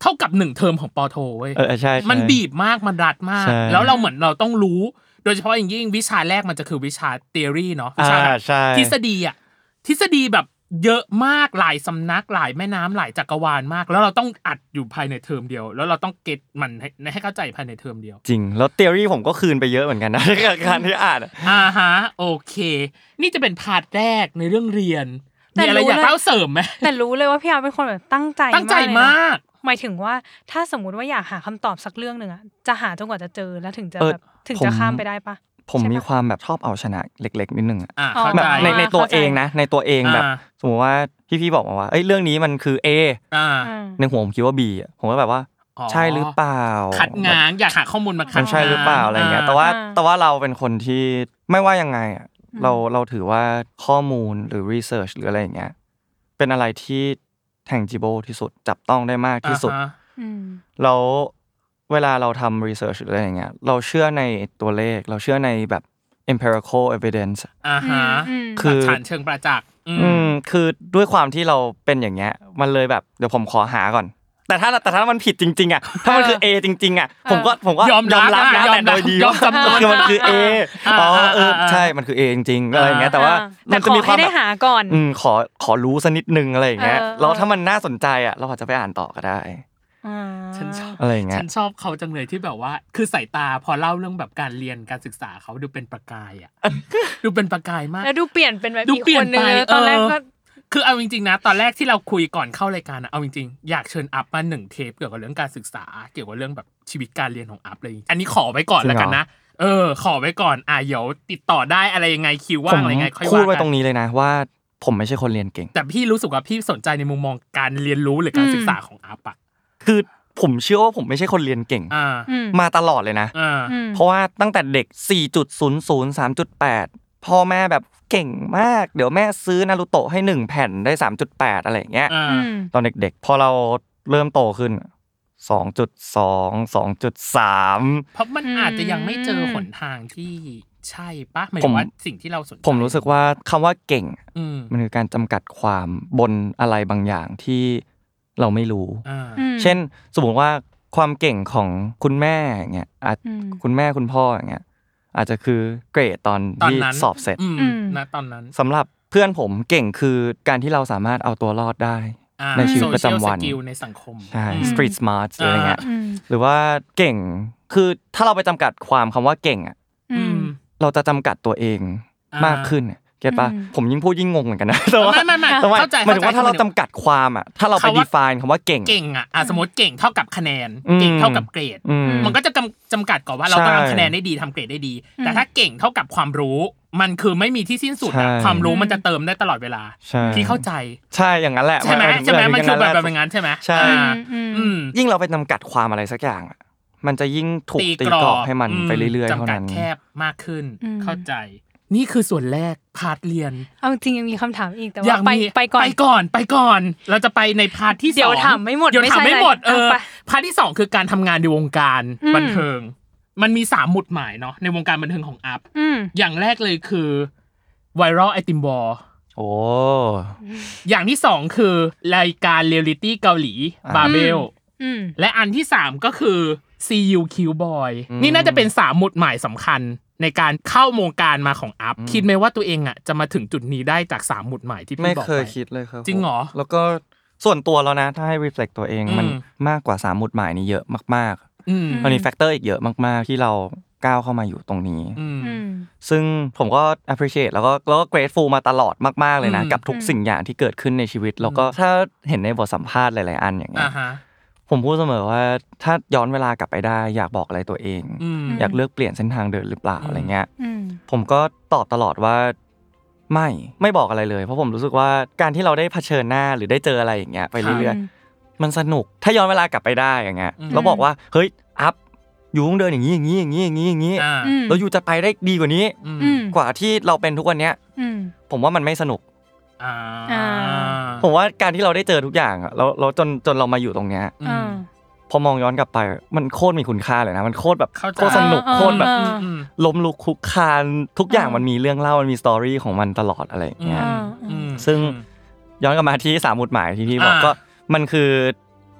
B: เท่ากับหนึ่งเทอมของปอโทเว้ย
D: เออใช่ใช่
B: มันบีบมาก มันรัดมาก
D: ใช่
B: แล้วเราเหมือนเราต้องรู้ โดยเฉพาะอย่างยิ่งวิชาแรกมันจะคือวิชา theory เนาะวิชาแบบ
D: อ่าใช่
B: ทฤษฎีอะทฤษฎีแบบเยอะมากหลายสำนักหลายแม่น้ำหลายจักรวาลมาก แล้วเราต้องอัดอยู่ภายในเทอมเดียว แล้วเราต้องเก็ตมันให้ให้เข้าใจภายในเทอมเดียว
D: จริง แล้วเทอรี่ผมก็คืนไปเยอะเหมือนกันนะ กับการที่อ่านอะ
B: อ่าฮะโอเค นี่จะเป็นพาร์ทแรกในเรื่องเรียน
C: แต่
B: มีอะไร
C: รู้
B: อยาก
C: นะ
B: เล่าเสริมไหม
C: แต่รู้เลยว่าพี่อาร์เป็นคนแบบตั้งใจ
B: ตั้งใจ
C: เลยนะ
B: มาก
C: หมายถึงว่าถ้าสมมติว่าอยากหาคำตอบสักเรื่องหนึ่งอะจะหาจนกว่าจะเจอแล้วถึงจะแบบถึงจะข้ามไปได้ปะ
D: ผม
C: ใช่ปะ
D: มีความแบบชอบเอาชนะเล็ก ๆ นิดนึงอะ
B: อ่า
C: อ๋อ
B: เข้า
D: แบบ
B: ใจ
D: ในในตัว
C: เข้าใจ
D: เองนะ ในตัวเองแบบ
B: อ่า
D: สมมติว่าพี่พี่ๆบอกมาว่าเอ้ยเรื่องนี้มันคือ A
B: อ่า
C: อืม
D: ในหัวผมคิดว่า B อะผมก็แบบว่า
B: อ๋อ
D: ใช่หรือเปล่า
B: ขัดงางอยากหาข้อมูลมาขั
D: มั
B: ด
D: นใช่
B: ง้าง
D: หรือเปล่าอะไรเงี้ย แต่ว่า
C: อ่า
D: แต่ว่าเราเป็นคนที่ไม่ว่ายังไงอะ
C: อืม
D: เราเราถือว่าข้อมูลหรือรีเสิร์ชหรืออะไรอย่างเงี้ยเป็นอะไรที่แทงจิโบที่สุดจับต้องได้มากที่สุด
B: อ่าฮะ
C: อืม
D: แล้วเวลาเราทำ research หรืออะไรอย่างเงี้ยเราเชื่อในตัวเลข เราเชื่อในแบบ empirical evidence
B: อ่าฮะ
C: อืม
D: คือ
B: หลักฐานเชิงประจักษ์อืม
D: อืมคือด้วยความที่เราเป็นอย่างเงี้ย มันเลยแบบเดี๋ยวผมขอหาก่อน แต่ถ้าแต่ถ้ามันผิดจริง ๆ อ่ะ ถ้ามันคือ A จริง ๆ อ่ะ ผมก็ผมก็
B: ยอมรับ
D: นะ
B: นะ
D: แต่โดยดี
B: ยอ
D: ว่าม
B: จำนน
D: คือมันคือ A
B: อ่า
D: อ๋อเออ
B: อ่า
D: ใช่มันคือ A จริงๆอะไรอย่างเงี้ยแต่ว่า
C: อ่
D: มั
C: แต่
D: น
C: ข
D: จะ
C: อ
D: มีควา
C: ให้
D: ม
C: ได้
D: แบบ
C: หาก่อน
D: อืมขอขอรู้สักนิดนึงอะไรอย่างเงี้ย
C: เออ
D: แล้วถ้ามันน่าสนใจอ่ะเราอาจจะไปอ่านต่อก็ได้
C: อ่า
B: ฉันชอบ
D: อะไรอย่างเงี้ย
B: ฉันชอบเขาจังเลยที่แบบว่า คือสายตาพอเล่าเรื่องแบบการเรียนการศึกษาเขา ดูเป็นประกายอ่ะ ดูเป็นประกายมาก
C: แล้วดูเปลี่ยนเป็นแบบ
B: ดู
C: อีก
B: เปลี่ย
C: คน นนึง
B: ไป
C: เลยตอนแรก
B: เออ
C: ก็
B: คือเอาจริงๆนะตอนแรกที่เราคุยก่อนเข้ารายการนะเอาจริงๆอยากเชิญอัพมาหนึ่งเทปเกี่ยวกับเรื่องการศึกษา เกี่ยวกับเรื่องแบบชีวิตการเรียนของอัพเลย อันนี้ขอไว้ก่อน
D: จริงเหรอ
B: แล้วกันนะเออ ขอไว้ก่อนอ่ะเดี๋ยวติดต่อได้อะไรยังไงคิว
D: ผ
B: ว่าง
D: ม
B: อะไรยังไงค่อย
D: พูดไว้
B: ว่า
D: ตร
B: กั
D: ง
B: น
D: นี้เลยนะว่า ผมไม่ใช่คนเรียนเก่ง
B: แต่พี่รู้สึกว่าพี่สนใจในมุมมองการเรียนรู้หรือการศึกษาของอัพอะ
D: คือผมเชื่อว่าผมไม่ใช่คนเรียนเก่ง
B: อ่า
C: อืม
D: มาตลอดเลยนะ
B: อ่า
C: อืม
D: เพราะว่าตั้งแต่เด็ก 4.00 3.8 พ่อแม่แบบเก่งมาก เดี๋ยวแม่ซื้อนารูโตะให้ 1 แผ่นได้ 3.8 อะไรอย่างเงี้ย
B: อ่า
C: อืม
D: ตอนเด็กๆ พอเราเริ่มโตขึ้น 2.2 2.3
B: เพราะมันอาจจะยังไม่เจอหนทางที่ใช่ปะหมายถึงว่าสิ่งที่เราสนใจ
D: ผมรู้สึกว่าคำว่าเก่ง
B: อืม
D: มันคือการจำกัดความบนอะไรบางอย่างที่เราไม่รู้
B: อ่า
C: อืม
D: เช่น สมมติว่าความเก่งของคุณแม่อย่างเงี้ยอาจ
C: อืม
D: คุณแม่คุณพ่ออย่างเงี้ยอาจจะคือเกรดตอน
B: ตอน
D: ที่
B: นั้น
D: สอบเสร็จ
B: อืม
C: อืม
B: นะตอนนั้น
D: สำหรับเพื่อนผมเก่งคือการที่เราสามารถเอาตัวรอดได้
B: อ่า
D: ในชีวิตประจำวัน
B: social skill ในสังคม
D: ใช่
B: อืม
D: street smart หรืออะไรเงี้ย
B: อ่า
C: อืม
D: หรือว่าเก่งคือถ้าเราไปจำกัดความคำว่าเก่งอ่ะ
C: อืม
D: เราจะจำกัดตัวเอง
B: อ่าม
D: มากขึ้นเก็ตปะ
C: อืม
D: ผมยิ่งพูดยิ่งงงเหมือนกันนะ แต่ว่า
B: ไม่ไม่ไม่
D: แต่ว่า
B: เข้าใจ
D: หมายถึงว่าถ้าเราจำกัดความอ่ะถ้าเราไป
B: คำว่า
D: define คำว่าเก่ง
B: เก่งอ่ะอ่ะสมมติเก่งเท่ากับคะแนน
D: อืม
B: เก่งเท่ากับเกรด
D: อืม
B: มันก็จะจำจำกัดก่อนว่าเราต้อง
D: ใช่
B: ทำคะแนนได้ดีทำเกรดได้ดี
C: อืม
B: แต่ถ้าเก่งเท่ากับความรู้ มันคือไม่มีที่สิ้นสุดอะ
D: ใช่
B: ความรู้มันจะเติมได้ตลอดเวลา
D: ใช่
B: พี่เข้าใจ
D: ใช่อย่างนั้นแหละ
B: ใช่ไหม
D: น
B: ใช่ไหม
D: เออ
B: มันคือแบบแบบ
D: ย่าง
B: นั้นใช่ไหม
D: ใช่
B: อ่า
C: อืม
B: อืม
D: ยิ่งเราไปจำกัดความอะไรสักอย่างอะมันจะยิ่งถูก
B: ตี
D: ตี
B: กร
D: กร
B: อ
D: อบบ ให้มันไปเรื่อยๆ
B: จำกัด
D: เท่านั้น
B: แคบมากขึ้น
C: อืม
B: เข้าใจ นี่คือส่วนแรกพาร์ทเรียน
C: เอาจริงยังมีคำถามอีกแต่ว่าย
B: อาก
C: ไป
B: มี
C: ไปก่อน
B: ไปก่อนไปก่อน เราจะไปในพาร์ทที่สอง
C: เดี๋ยวถามไม่หมด
B: เดี๋ยว
C: ไม่
B: ถา
C: ใช่
B: มไม่หมด
C: อะไร
B: เออ
C: เอาไป
B: พาร์ทที่สองคือการทำงานในวงการ
C: อืม
B: บันเทิง มันมีสามหมุดหมายเนาะในวงการบันเทิงของอัพ
C: อืม
B: อย่างแรกเลยคือไวรัลไอติมบอล
D: โอ้
B: อย่างที่สองคือรายการเรียลลิตี้เกาหลี
D: อ่า
B: บาเบล
C: อืม
B: และอันที่สามก็คือ CUQ Boy
D: อืม
B: นี่น่าจะเป็นสามหมุดหมายสำคัญในการเข้าวงการมาของอัพ
D: อืม
B: คิดไหมว่าตัวเองอ่ะจะมาถึงจุดนี้ได้จากสามหมุดหมายที่
D: ไม่
B: พี่บอก
D: เค
B: ไป
D: ยคิดเลยครับ
B: จริงเหรอ
D: ผมแล้วก็ส่วนตัวแล้วนะ ถ้าให้ reflect ตัวเอง
B: อืม
D: มันมากกว่าสามหมุดหมายนี้เยอะมาก
B: อืม
D: ๆมันมีแฟกเตอร์อีกเยอะมากๆ ที่เราก้าวเข้ามาอยู่ตรงนี้
B: อืม
C: อืม
D: ซึ่งผมก็ appreciate แล้วก็แล้วก็ grateful มาตลอดมากๆเลยนะ
B: อืม
D: กับทุกสิ่งอย่างที่เกิดขึ้นในชีวิต แล้วก็ถ้าเห็นในบทสัมภาษณ์หลายๆอันอย่างเงี้
B: อ่าย ฮะ
D: ผมพูดเสมอว่าถ้าย้อนเวลากลับไปได้อยากบอกอะไรตัวเอง
B: อืม
D: อยากเลือกเปลี่ยนเส้นทางเดินหรือเปล่า
B: อืม
D: อะไรเงี้ย
C: อืม
D: ผมก็ตอบตลอดว่าไม่ไม่บอกอะไรเลย เพราะผมรู้สึกว่าการที่เราได้เผชิญหน้าหรือได้เจออะไรอย่างเงี้ยไปเรื่อยๆมันสนุกถ้าย้อนเวลากลับไปได้อย่างเงี้ย
B: อืม
D: แล้วบอกว่าเฮ้ยอัพอยู่ต้องเดินอย่างนี้อย่างนี้อย่างนี้อย่างนี้อย่างนี้
B: อ่า
C: อืม
D: แล้วอยู่จะไปได้ดีกว่านี้
B: อืม
C: อืม
D: กว่าที่เราเป็นทุกวันเนี้ย
C: อืม
D: ผมว่ามันไม่สนุก
B: อ่า
C: อ่า
D: ผมว่าการที่เราได้เจอทุกอย่างอะแล้วแล้วจนจนเรามาอยู่ตรงเนี้ย
B: อื
C: อ่า
B: ม
D: พอมองย้อนกลับไปมันโคตรมีคุณค่าเลยนะมันโคตรแบบ
B: เข้าใจ
D: โคตรสนุก
C: อ่า
D: โคตรแบบ
C: อ่า
B: อืม
D: ล้มลุกคลุกคลานทุกอย่าง
C: อ่ามั
D: มันมีเรื่องเล่ามันมีสตอรี่ของมันตลอดอะไรอย่าง
B: อื
D: เงี้ย
B: ม
C: อ่า
B: อืม
D: ซึ่ง ย้อนกลับมาที่สามหมุดหมายที่พี่บอก
B: อ่า
D: ก็มันคือ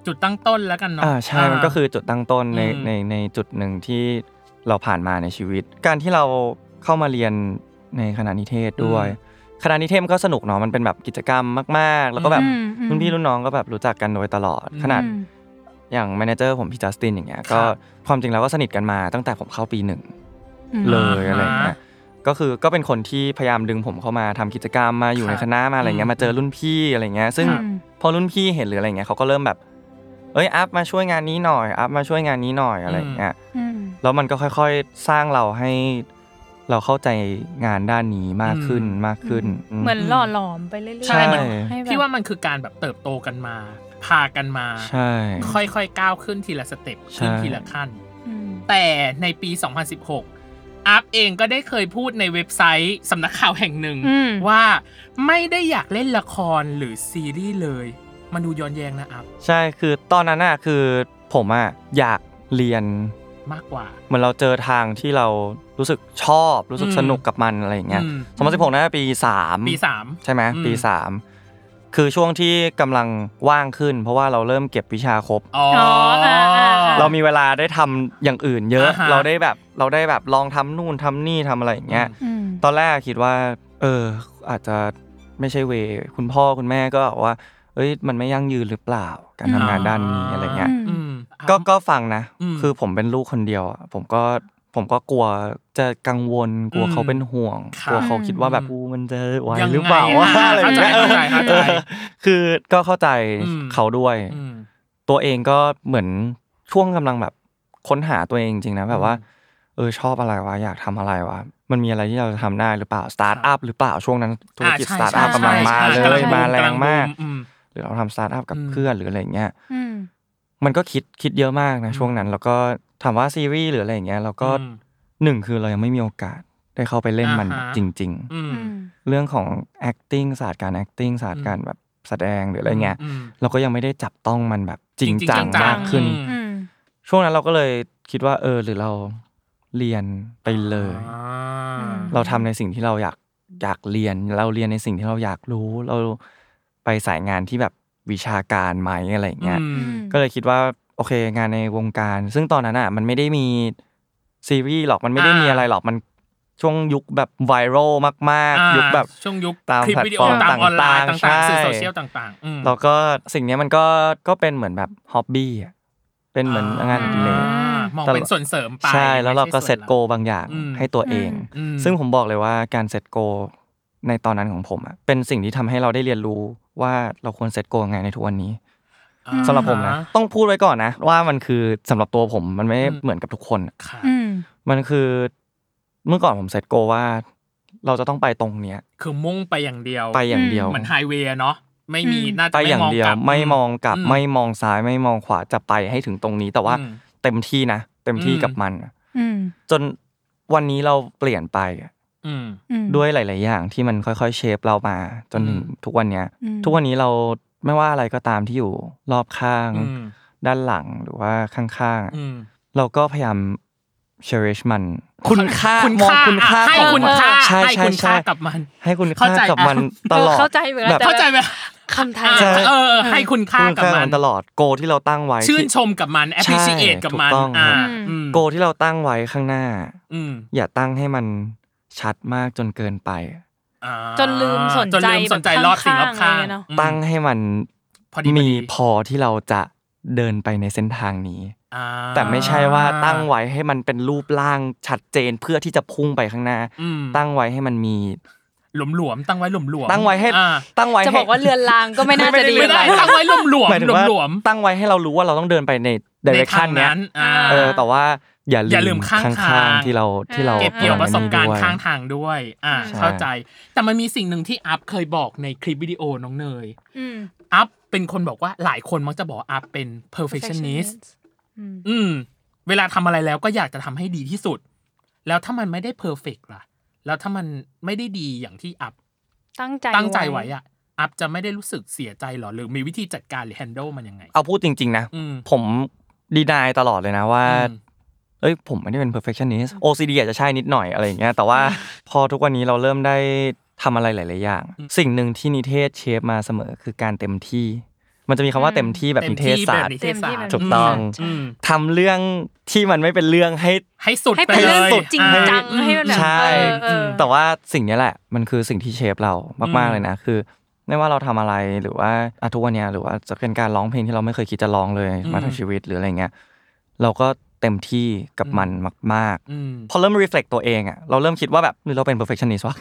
B: จุดตั้งต้นแล้วกันเนาะ
D: อ่าใช่มันก็คือจุดตั้งต้นใน
B: อืม
D: ในในจุดหนึ่งที่เราผ่านมาในชีวิต การที่เราเข้ามาเรียนในคณะนิเทศด้วย คณะนิเทศมันก็สนุกเนาะมันเป็นแบบกิจกรรมมากๆ แล้วก็แบบ
C: อืมอืม
D: รุ่นพี่รุ่นน้องก็แบบรู้จักกันโดยตลอดขนาด
C: อืม
D: อย่างแมเนเจอร์ผมพี่จัสตินอย่างเงี้ยก็
B: ครับ
D: ความจริงแล้วก็สนิทกันมาตั้งแต่ผมเข้าปีหนึ่ง
C: อืม
D: เลย
B: อ่าฮะ
D: อะไรอย่างเงี้ยก็คือก็เป็นคนที่พยายามดึงผมเข้ามาทำกิจกรรมมาอยู่ใน
B: ครับ
D: คณะมาอะไรเงี้ยมาเจอรุ่นพี่อะไรเงี้ยซึ่ง
B: ครับ
D: พอรุ่นพี่เห็นหรืออะไรเงี้ยเขาก็เริ่มแบบ เอ้ยอัพมาช่วยงานนี้หน่อยอัพมาช่วยงานนี้หน่อยอะไรอย่างเงี้ย
C: อืม
D: แล้วมันก็ค่อยๆสร้างเราให้เราเข้าใจงานด้านนี้มากขึ้นมากขึ้นอืม
C: เหมือนหล่อหลอมไปเรื่อยๆ
B: ใช่มัน
C: ให้แบบ
B: พี่ว่ามันคือการแบบเติบโตกันมา พากันมา
D: ใช่
B: ค่อยๆก้าวขึ้นทีละสเต็ปขึ้น
D: ใช่
B: ทีละขั้น
C: อืม
B: แต่ในปี 2016 อัพเองก็ได้เคยพูดในเว็บไซต์สำนักข่าวแห่งหนึ่ง
C: อืม
B: ว่าไม่ได้อยากเล่นละครหรือซีรีส์เลย มันดูย้อนแย้งนะอัพ
D: ใช่คือตอนนั้นน่ะคือผมอ่ะอยากเรียน
B: มากกว่า
D: เหมือนเราเจอทางที่เรารู้สึกชอบรู้สึก
B: อืม
D: สนุกกับมันอะไรอย่างเงี้ย
B: อืม
D: สมัยสิบหกน่าจะปีสาม
B: ปีสาม
D: ใช่ไหม
B: อืม
D: ปีสามคือช่วงที่กำลังว่างขึ้น เพราะว่าเราเริ่มเก็บวิชาครบ
B: อ๋อ
C: อ่าอ่าอ่า
D: เรามีเวลาได้ทำอย่างอื่นเยอะ
B: อ่าฮะ
D: เราได้แบบเราได้แบบลองทำนู่นทำนี่ทำอะไรอย่างเงี้ย
B: อืม
C: อืม
D: ตอนแรกคิดว่า เออ อาจจะไม่ใช่เวคุณพ่อคุณแม่ก็บอกว่าเอ้ยมันไม่ยั่งยืนหรือเปล่า การทำงานด้านนี้อะไรเงี้ย
C: อืม
B: อืม
D: ก็ก็ฟังนะ
B: อืม
D: คือผมเป็นลูกคนเดียวอะผมก็ ผมก็กลัวจะกังวล กลัวเขาเป็นห่วง
B: ครับ
D: กลัวเขาคิดว่าแบบ
B: อืม
D: กูมันจะไหว
B: ยังไง
D: หรือเปล่า
B: อ่ะ
D: อะไรอย่างเงี้ย
B: เข้าใจเข้าใจ
D: เออคือก็เข้าใจ
B: อืม
D: เขาด้วย
B: อืม
D: ตัวเองก็เหมือนช่วงกำลังแบบค้นหาตัวเองจริงๆนะแบบว่า
B: อืม
D: เออชอบอะไรวะอยากทำอะไรวะมันมีอะไรที่เราจะทำได้หรือเปล่าสตาร์ทอัพหรือเปล่าช่วงนั้นธุรกิจสตาร์ทอัพ
C: ใช่
D: กำลังมา
C: ใช่
D: เล
C: ใช่
D: ย
C: ใช่
D: มาแรงมาก
B: อืม
D: หรือเราทำสตาร์ทอัพกับ
B: อืม
D: เพื่อนหรืออะไรอย่างเงี้ย
C: อืม
D: มันก็คิดคิดเยอะมากนะช่วงนั้น แล้วก็ถามว่าซีรีส์หรืออะไรอย่างเงี้ยเราก็
B: อืม
D: หนึ่งคือเรายังไม่มีโอกาสได้เข้าไปเล่นมัน
B: อ่าฮะ
D: จริง
B: อืม
C: อืม
D: ๆ เรื่องของ acting ศาสตร์การ acting ศาสตร์การแบบแสดงหรืออะไรเงี้ย
B: อืม
D: เราก็ยังไม่ได้จับต้องมันแบบจริง
B: จริงๆ
D: จัง
B: จังๆ
D: มากขึ้น
B: อืม
C: อืม
D: ช่วงนั้นเราก็เลยคิดว่าเออหรือเราเรียนไปเลย
B: อ่า
D: เราทำในสิ่งที่เราอยากอยากเรียน เราเรียนในสิ่งที่เราอยากรู้ เราไปสายงานที่แบบวิชาการไหมอะไรอย่างเงี้ย
B: อืม
D: ก็เลยคิดว่าโอเคงานในวงการ ซึ่งตอนนั้นอ่ะมันไม่ได้มีซีรีส์หรอกมันไม่ได้
B: อ่ามี
D: มีอะไรหรอกมันช่วงยุคแบบไวรัลมาก
B: อ่า
D: ๆ ยุคแบบ
B: ช่วงยุค
D: ตาม
B: คลิป
D: แพลต
B: วิดี
D: ฟ
B: โอ
D: อร์ม
B: ตามออนไล
D: ต่า
B: น์
D: งๆ
B: ต่างๆสื่อ
D: ใช่
B: โซเชียลต่างๆอืม
D: แล้วก็สิ่งเนี้ยมันก็ก็เป็นเหมือนแบบฮ็อบบี้อะเป็นเหมือนงานอดิเร
B: อ
D: ก
B: ่ามองเป็นส่วนเสริมไป
D: ใช่แล้วเราก็
B: ไม่
D: เซ
B: ใช่
D: ต
B: วนหลัก
D: โกบางอย่าง
B: อืม
D: ให้ตัวเอง
B: อืม
D: ซึ่งผมบอกเลยว่าการเซตโกในตอนนั้นของผมอะเป็นสิ่งที่ทำให้เราได้เรียนรู้ว่าเราควรเซตโกยังไงในทุกวันนี้
B: อ่า
D: สำหรับผมนะต้องพูดไว้ก่อนนะ ว่ามันคือสำหรับตัวผมมันไม่ได้
B: อืม
D: เหมือนกับทุกคนอะ
B: ค่ะ
C: อืม
D: มันคือเมื่อก่อนผมเซตโกว่า เราจะต้องไปตรงเนี้ย
B: คือมุ่งไปอย่างเดียว
D: ไปอย่างเดียว
B: เหมือนไฮเวย์อะเนาะไม่มี
C: อืม
B: น่าจะ
D: ไปอย่างเดียวไม่มองกลับ
B: อื
D: ไม่มองซ้ายไม่มองขวาจะไปให้ถึงตรงนี้ แต่ว่า
B: อืม
D: เต็มที่นะเต็มที่
B: อืม
D: กับมันอะ
C: อืม
D: จนวันนี้เราเปลี่ยนไปอะ
B: อืม
C: อืม
D: ด้วยหลาย ๆ อย่างที่มันค่อย ๆ เชฟเรามาจนถึง
B: อืม
D: ทุกวันเนี้ย
C: อืม
D: ทุกวันนี้เราไม่ว่าอะไรก็ตามที่อยู่รอบข้าง
B: อืม
D: ด้านหลังหรือว่าข้าง ๆอะ
B: อืม
D: เราก็พยายาม cherish มัน คุณค่า
B: คุณ
D: มอง
B: ค่า
D: คุณค่า
B: อ่ะให้
D: ของ
B: คุณค่า
D: ใช่
B: ให้คุณค่า
D: ใช่ใช่
B: กับมัน
D: ให้คุณ
B: เข้า
D: ค่า
B: ใจ
D: กับมัน
C: อ่ะ
D: ตลอด
C: เข้าใจเวลา
D: แบบ
C: จะ
B: เข้าใจไหม
C: คำไทย
B: อ่ะเออเออให้คุณค่า
D: คุณ
B: กับ
D: ค่ากับ
B: มั
D: มัน นตลอดโกที่เราตั้งไว้
B: ชื่น
D: ที่
B: ชมกับมัน appreciate กับมัน
D: ถูกต้อง
B: อ่า
D: ครับ
B: อืม
D: โกที่เราตั้งไว้ข้างหน้า
B: อืม
D: อย่าตั้งให้มันชัดมากจนเกินไป
B: อ่า
C: จนลืมสน
B: จ
C: ใจ
B: นลืมสนใจ
C: แบบ
B: รอบสิ่งรอบข้าง
C: ข้างๆอะไรเงี้ยเนอะ
B: อืม
D: ตั้งให้มัน
B: พอดีพอดี
D: มีพอที่เราจะเดินไปในเส้นทางนี้
B: อ่า
D: แต่ไม่ใช่ว่าตั้งไว้ให้มันเป็นรูปร่างชัดเจนเพื่อที่จะพุ่งไปข้างหน้า
B: อืม
D: ตั้งไว้ให้มันมี
B: หลวมๆตั้งไว้หลวมๆ
D: ตั้งไว้ให้
B: อ่า
D: ตั้งไว้
C: จะบอกว่าเรือนรางก็ไม่น่าจะดี
B: ไม่
C: อะไร
B: ได้ตั้งไว้หลวม
D: หมายถึงว่า
B: ๆหลวม
D: ตั้งไว้ให้เรารู้ว่าเราต้องเดินไปใน
B: ๆ
D: เดเรคชันเนี้ย
B: ใทางอ่า
D: เออแต่ว่าอย่า
B: อย่าลื
D: ลื
B: มข้าง
D: ข้าง
B: ทาง
D: ๆที่เราที่เรา
B: เก็บเกี่ยว
D: อ
B: ป
D: ไว้
B: ระสบการณ์
D: ด้วย
B: ข้างทางด้วย อ่า
D: ใช่
B: เข้าใจ แต่มันมีสิ่งหนึ่งที่อัพเคยบอกในคลิปวิดีโอน้องเนย
C: อืม
B: อัพเป็นคนบอกว่าหลายคนมักจะบอกว่าอัพเป็น perfectionist
C: อืม
B: อืม เวลาทำอะไรแล้วก็อยากจะทำให้ดีที่สุด แล้วถ้ามันไม่ได้ perfect ล่ะ แล้วถ้ามันไม่ได้ดีอย่างที่อัพ
C: ตั้งใจ
B: ตั้งใจไว้อะอัพจะไม่ได้รู้สึกเสียใจหรอ หรือมีวิธีจัดการหรือ handle มันยังไง
D: เอาพูดจริง ๆ นะ
B: อืม
D: ผมดีนายตลอดเลยนะว่า
B: อืม
D: เอ้ยผมไม่ได้เป็น perfectionist OCD อาจจะใช่นิดหน่อยอะไรอย่างเงี้ยแต่ว่าพอทุกวันนี้เราเริ่มได้ทำอะไรหลาย ๆ อย่าง สิ่งหนึ่งที่นิเทศเชฟมาเสมอคือการเต็มที่ มันจะมีคำว่าเต็มที่แบบนิเทศศาสตร์
B: เต็มที่แบบนิเทศศาสตร์
D: ถูกต้อง
B: อืม
D: ทำเรื่องที่มันไม่เป็นเรื่องให้
B: ให้สุด
C: ให้
B: ไป
C: เป็น
B: เล
C: เรื่อง
B: ย
C: จริงจัง
B: อ่า
C: ให้มันแบบ
D: ใช่
C: เออเออ
D: แต่ว่าสิ่งเนี้ยแหละ มันคือสิ่งที่เชฟเรามาก
B: อืม
D: ๆเลยนะ คือ ไม่ว่าเราทำอะไรหรือว่าอ่ะทุกวันเนี้ยหรือว่าจะเป็นการร้องเพลงที่เราไม่เคยคิดจะร้องเลยมาทั้งชีวิตหรืออะไรเงี้ยเราก็เต็มที่กับมันมาก ๆ
B: อืม
D: พอเริ่ม reflect ตัวเองอ่ะเราเริ่มคิดว่าแบบหรือเราเป็น perfectionist วะ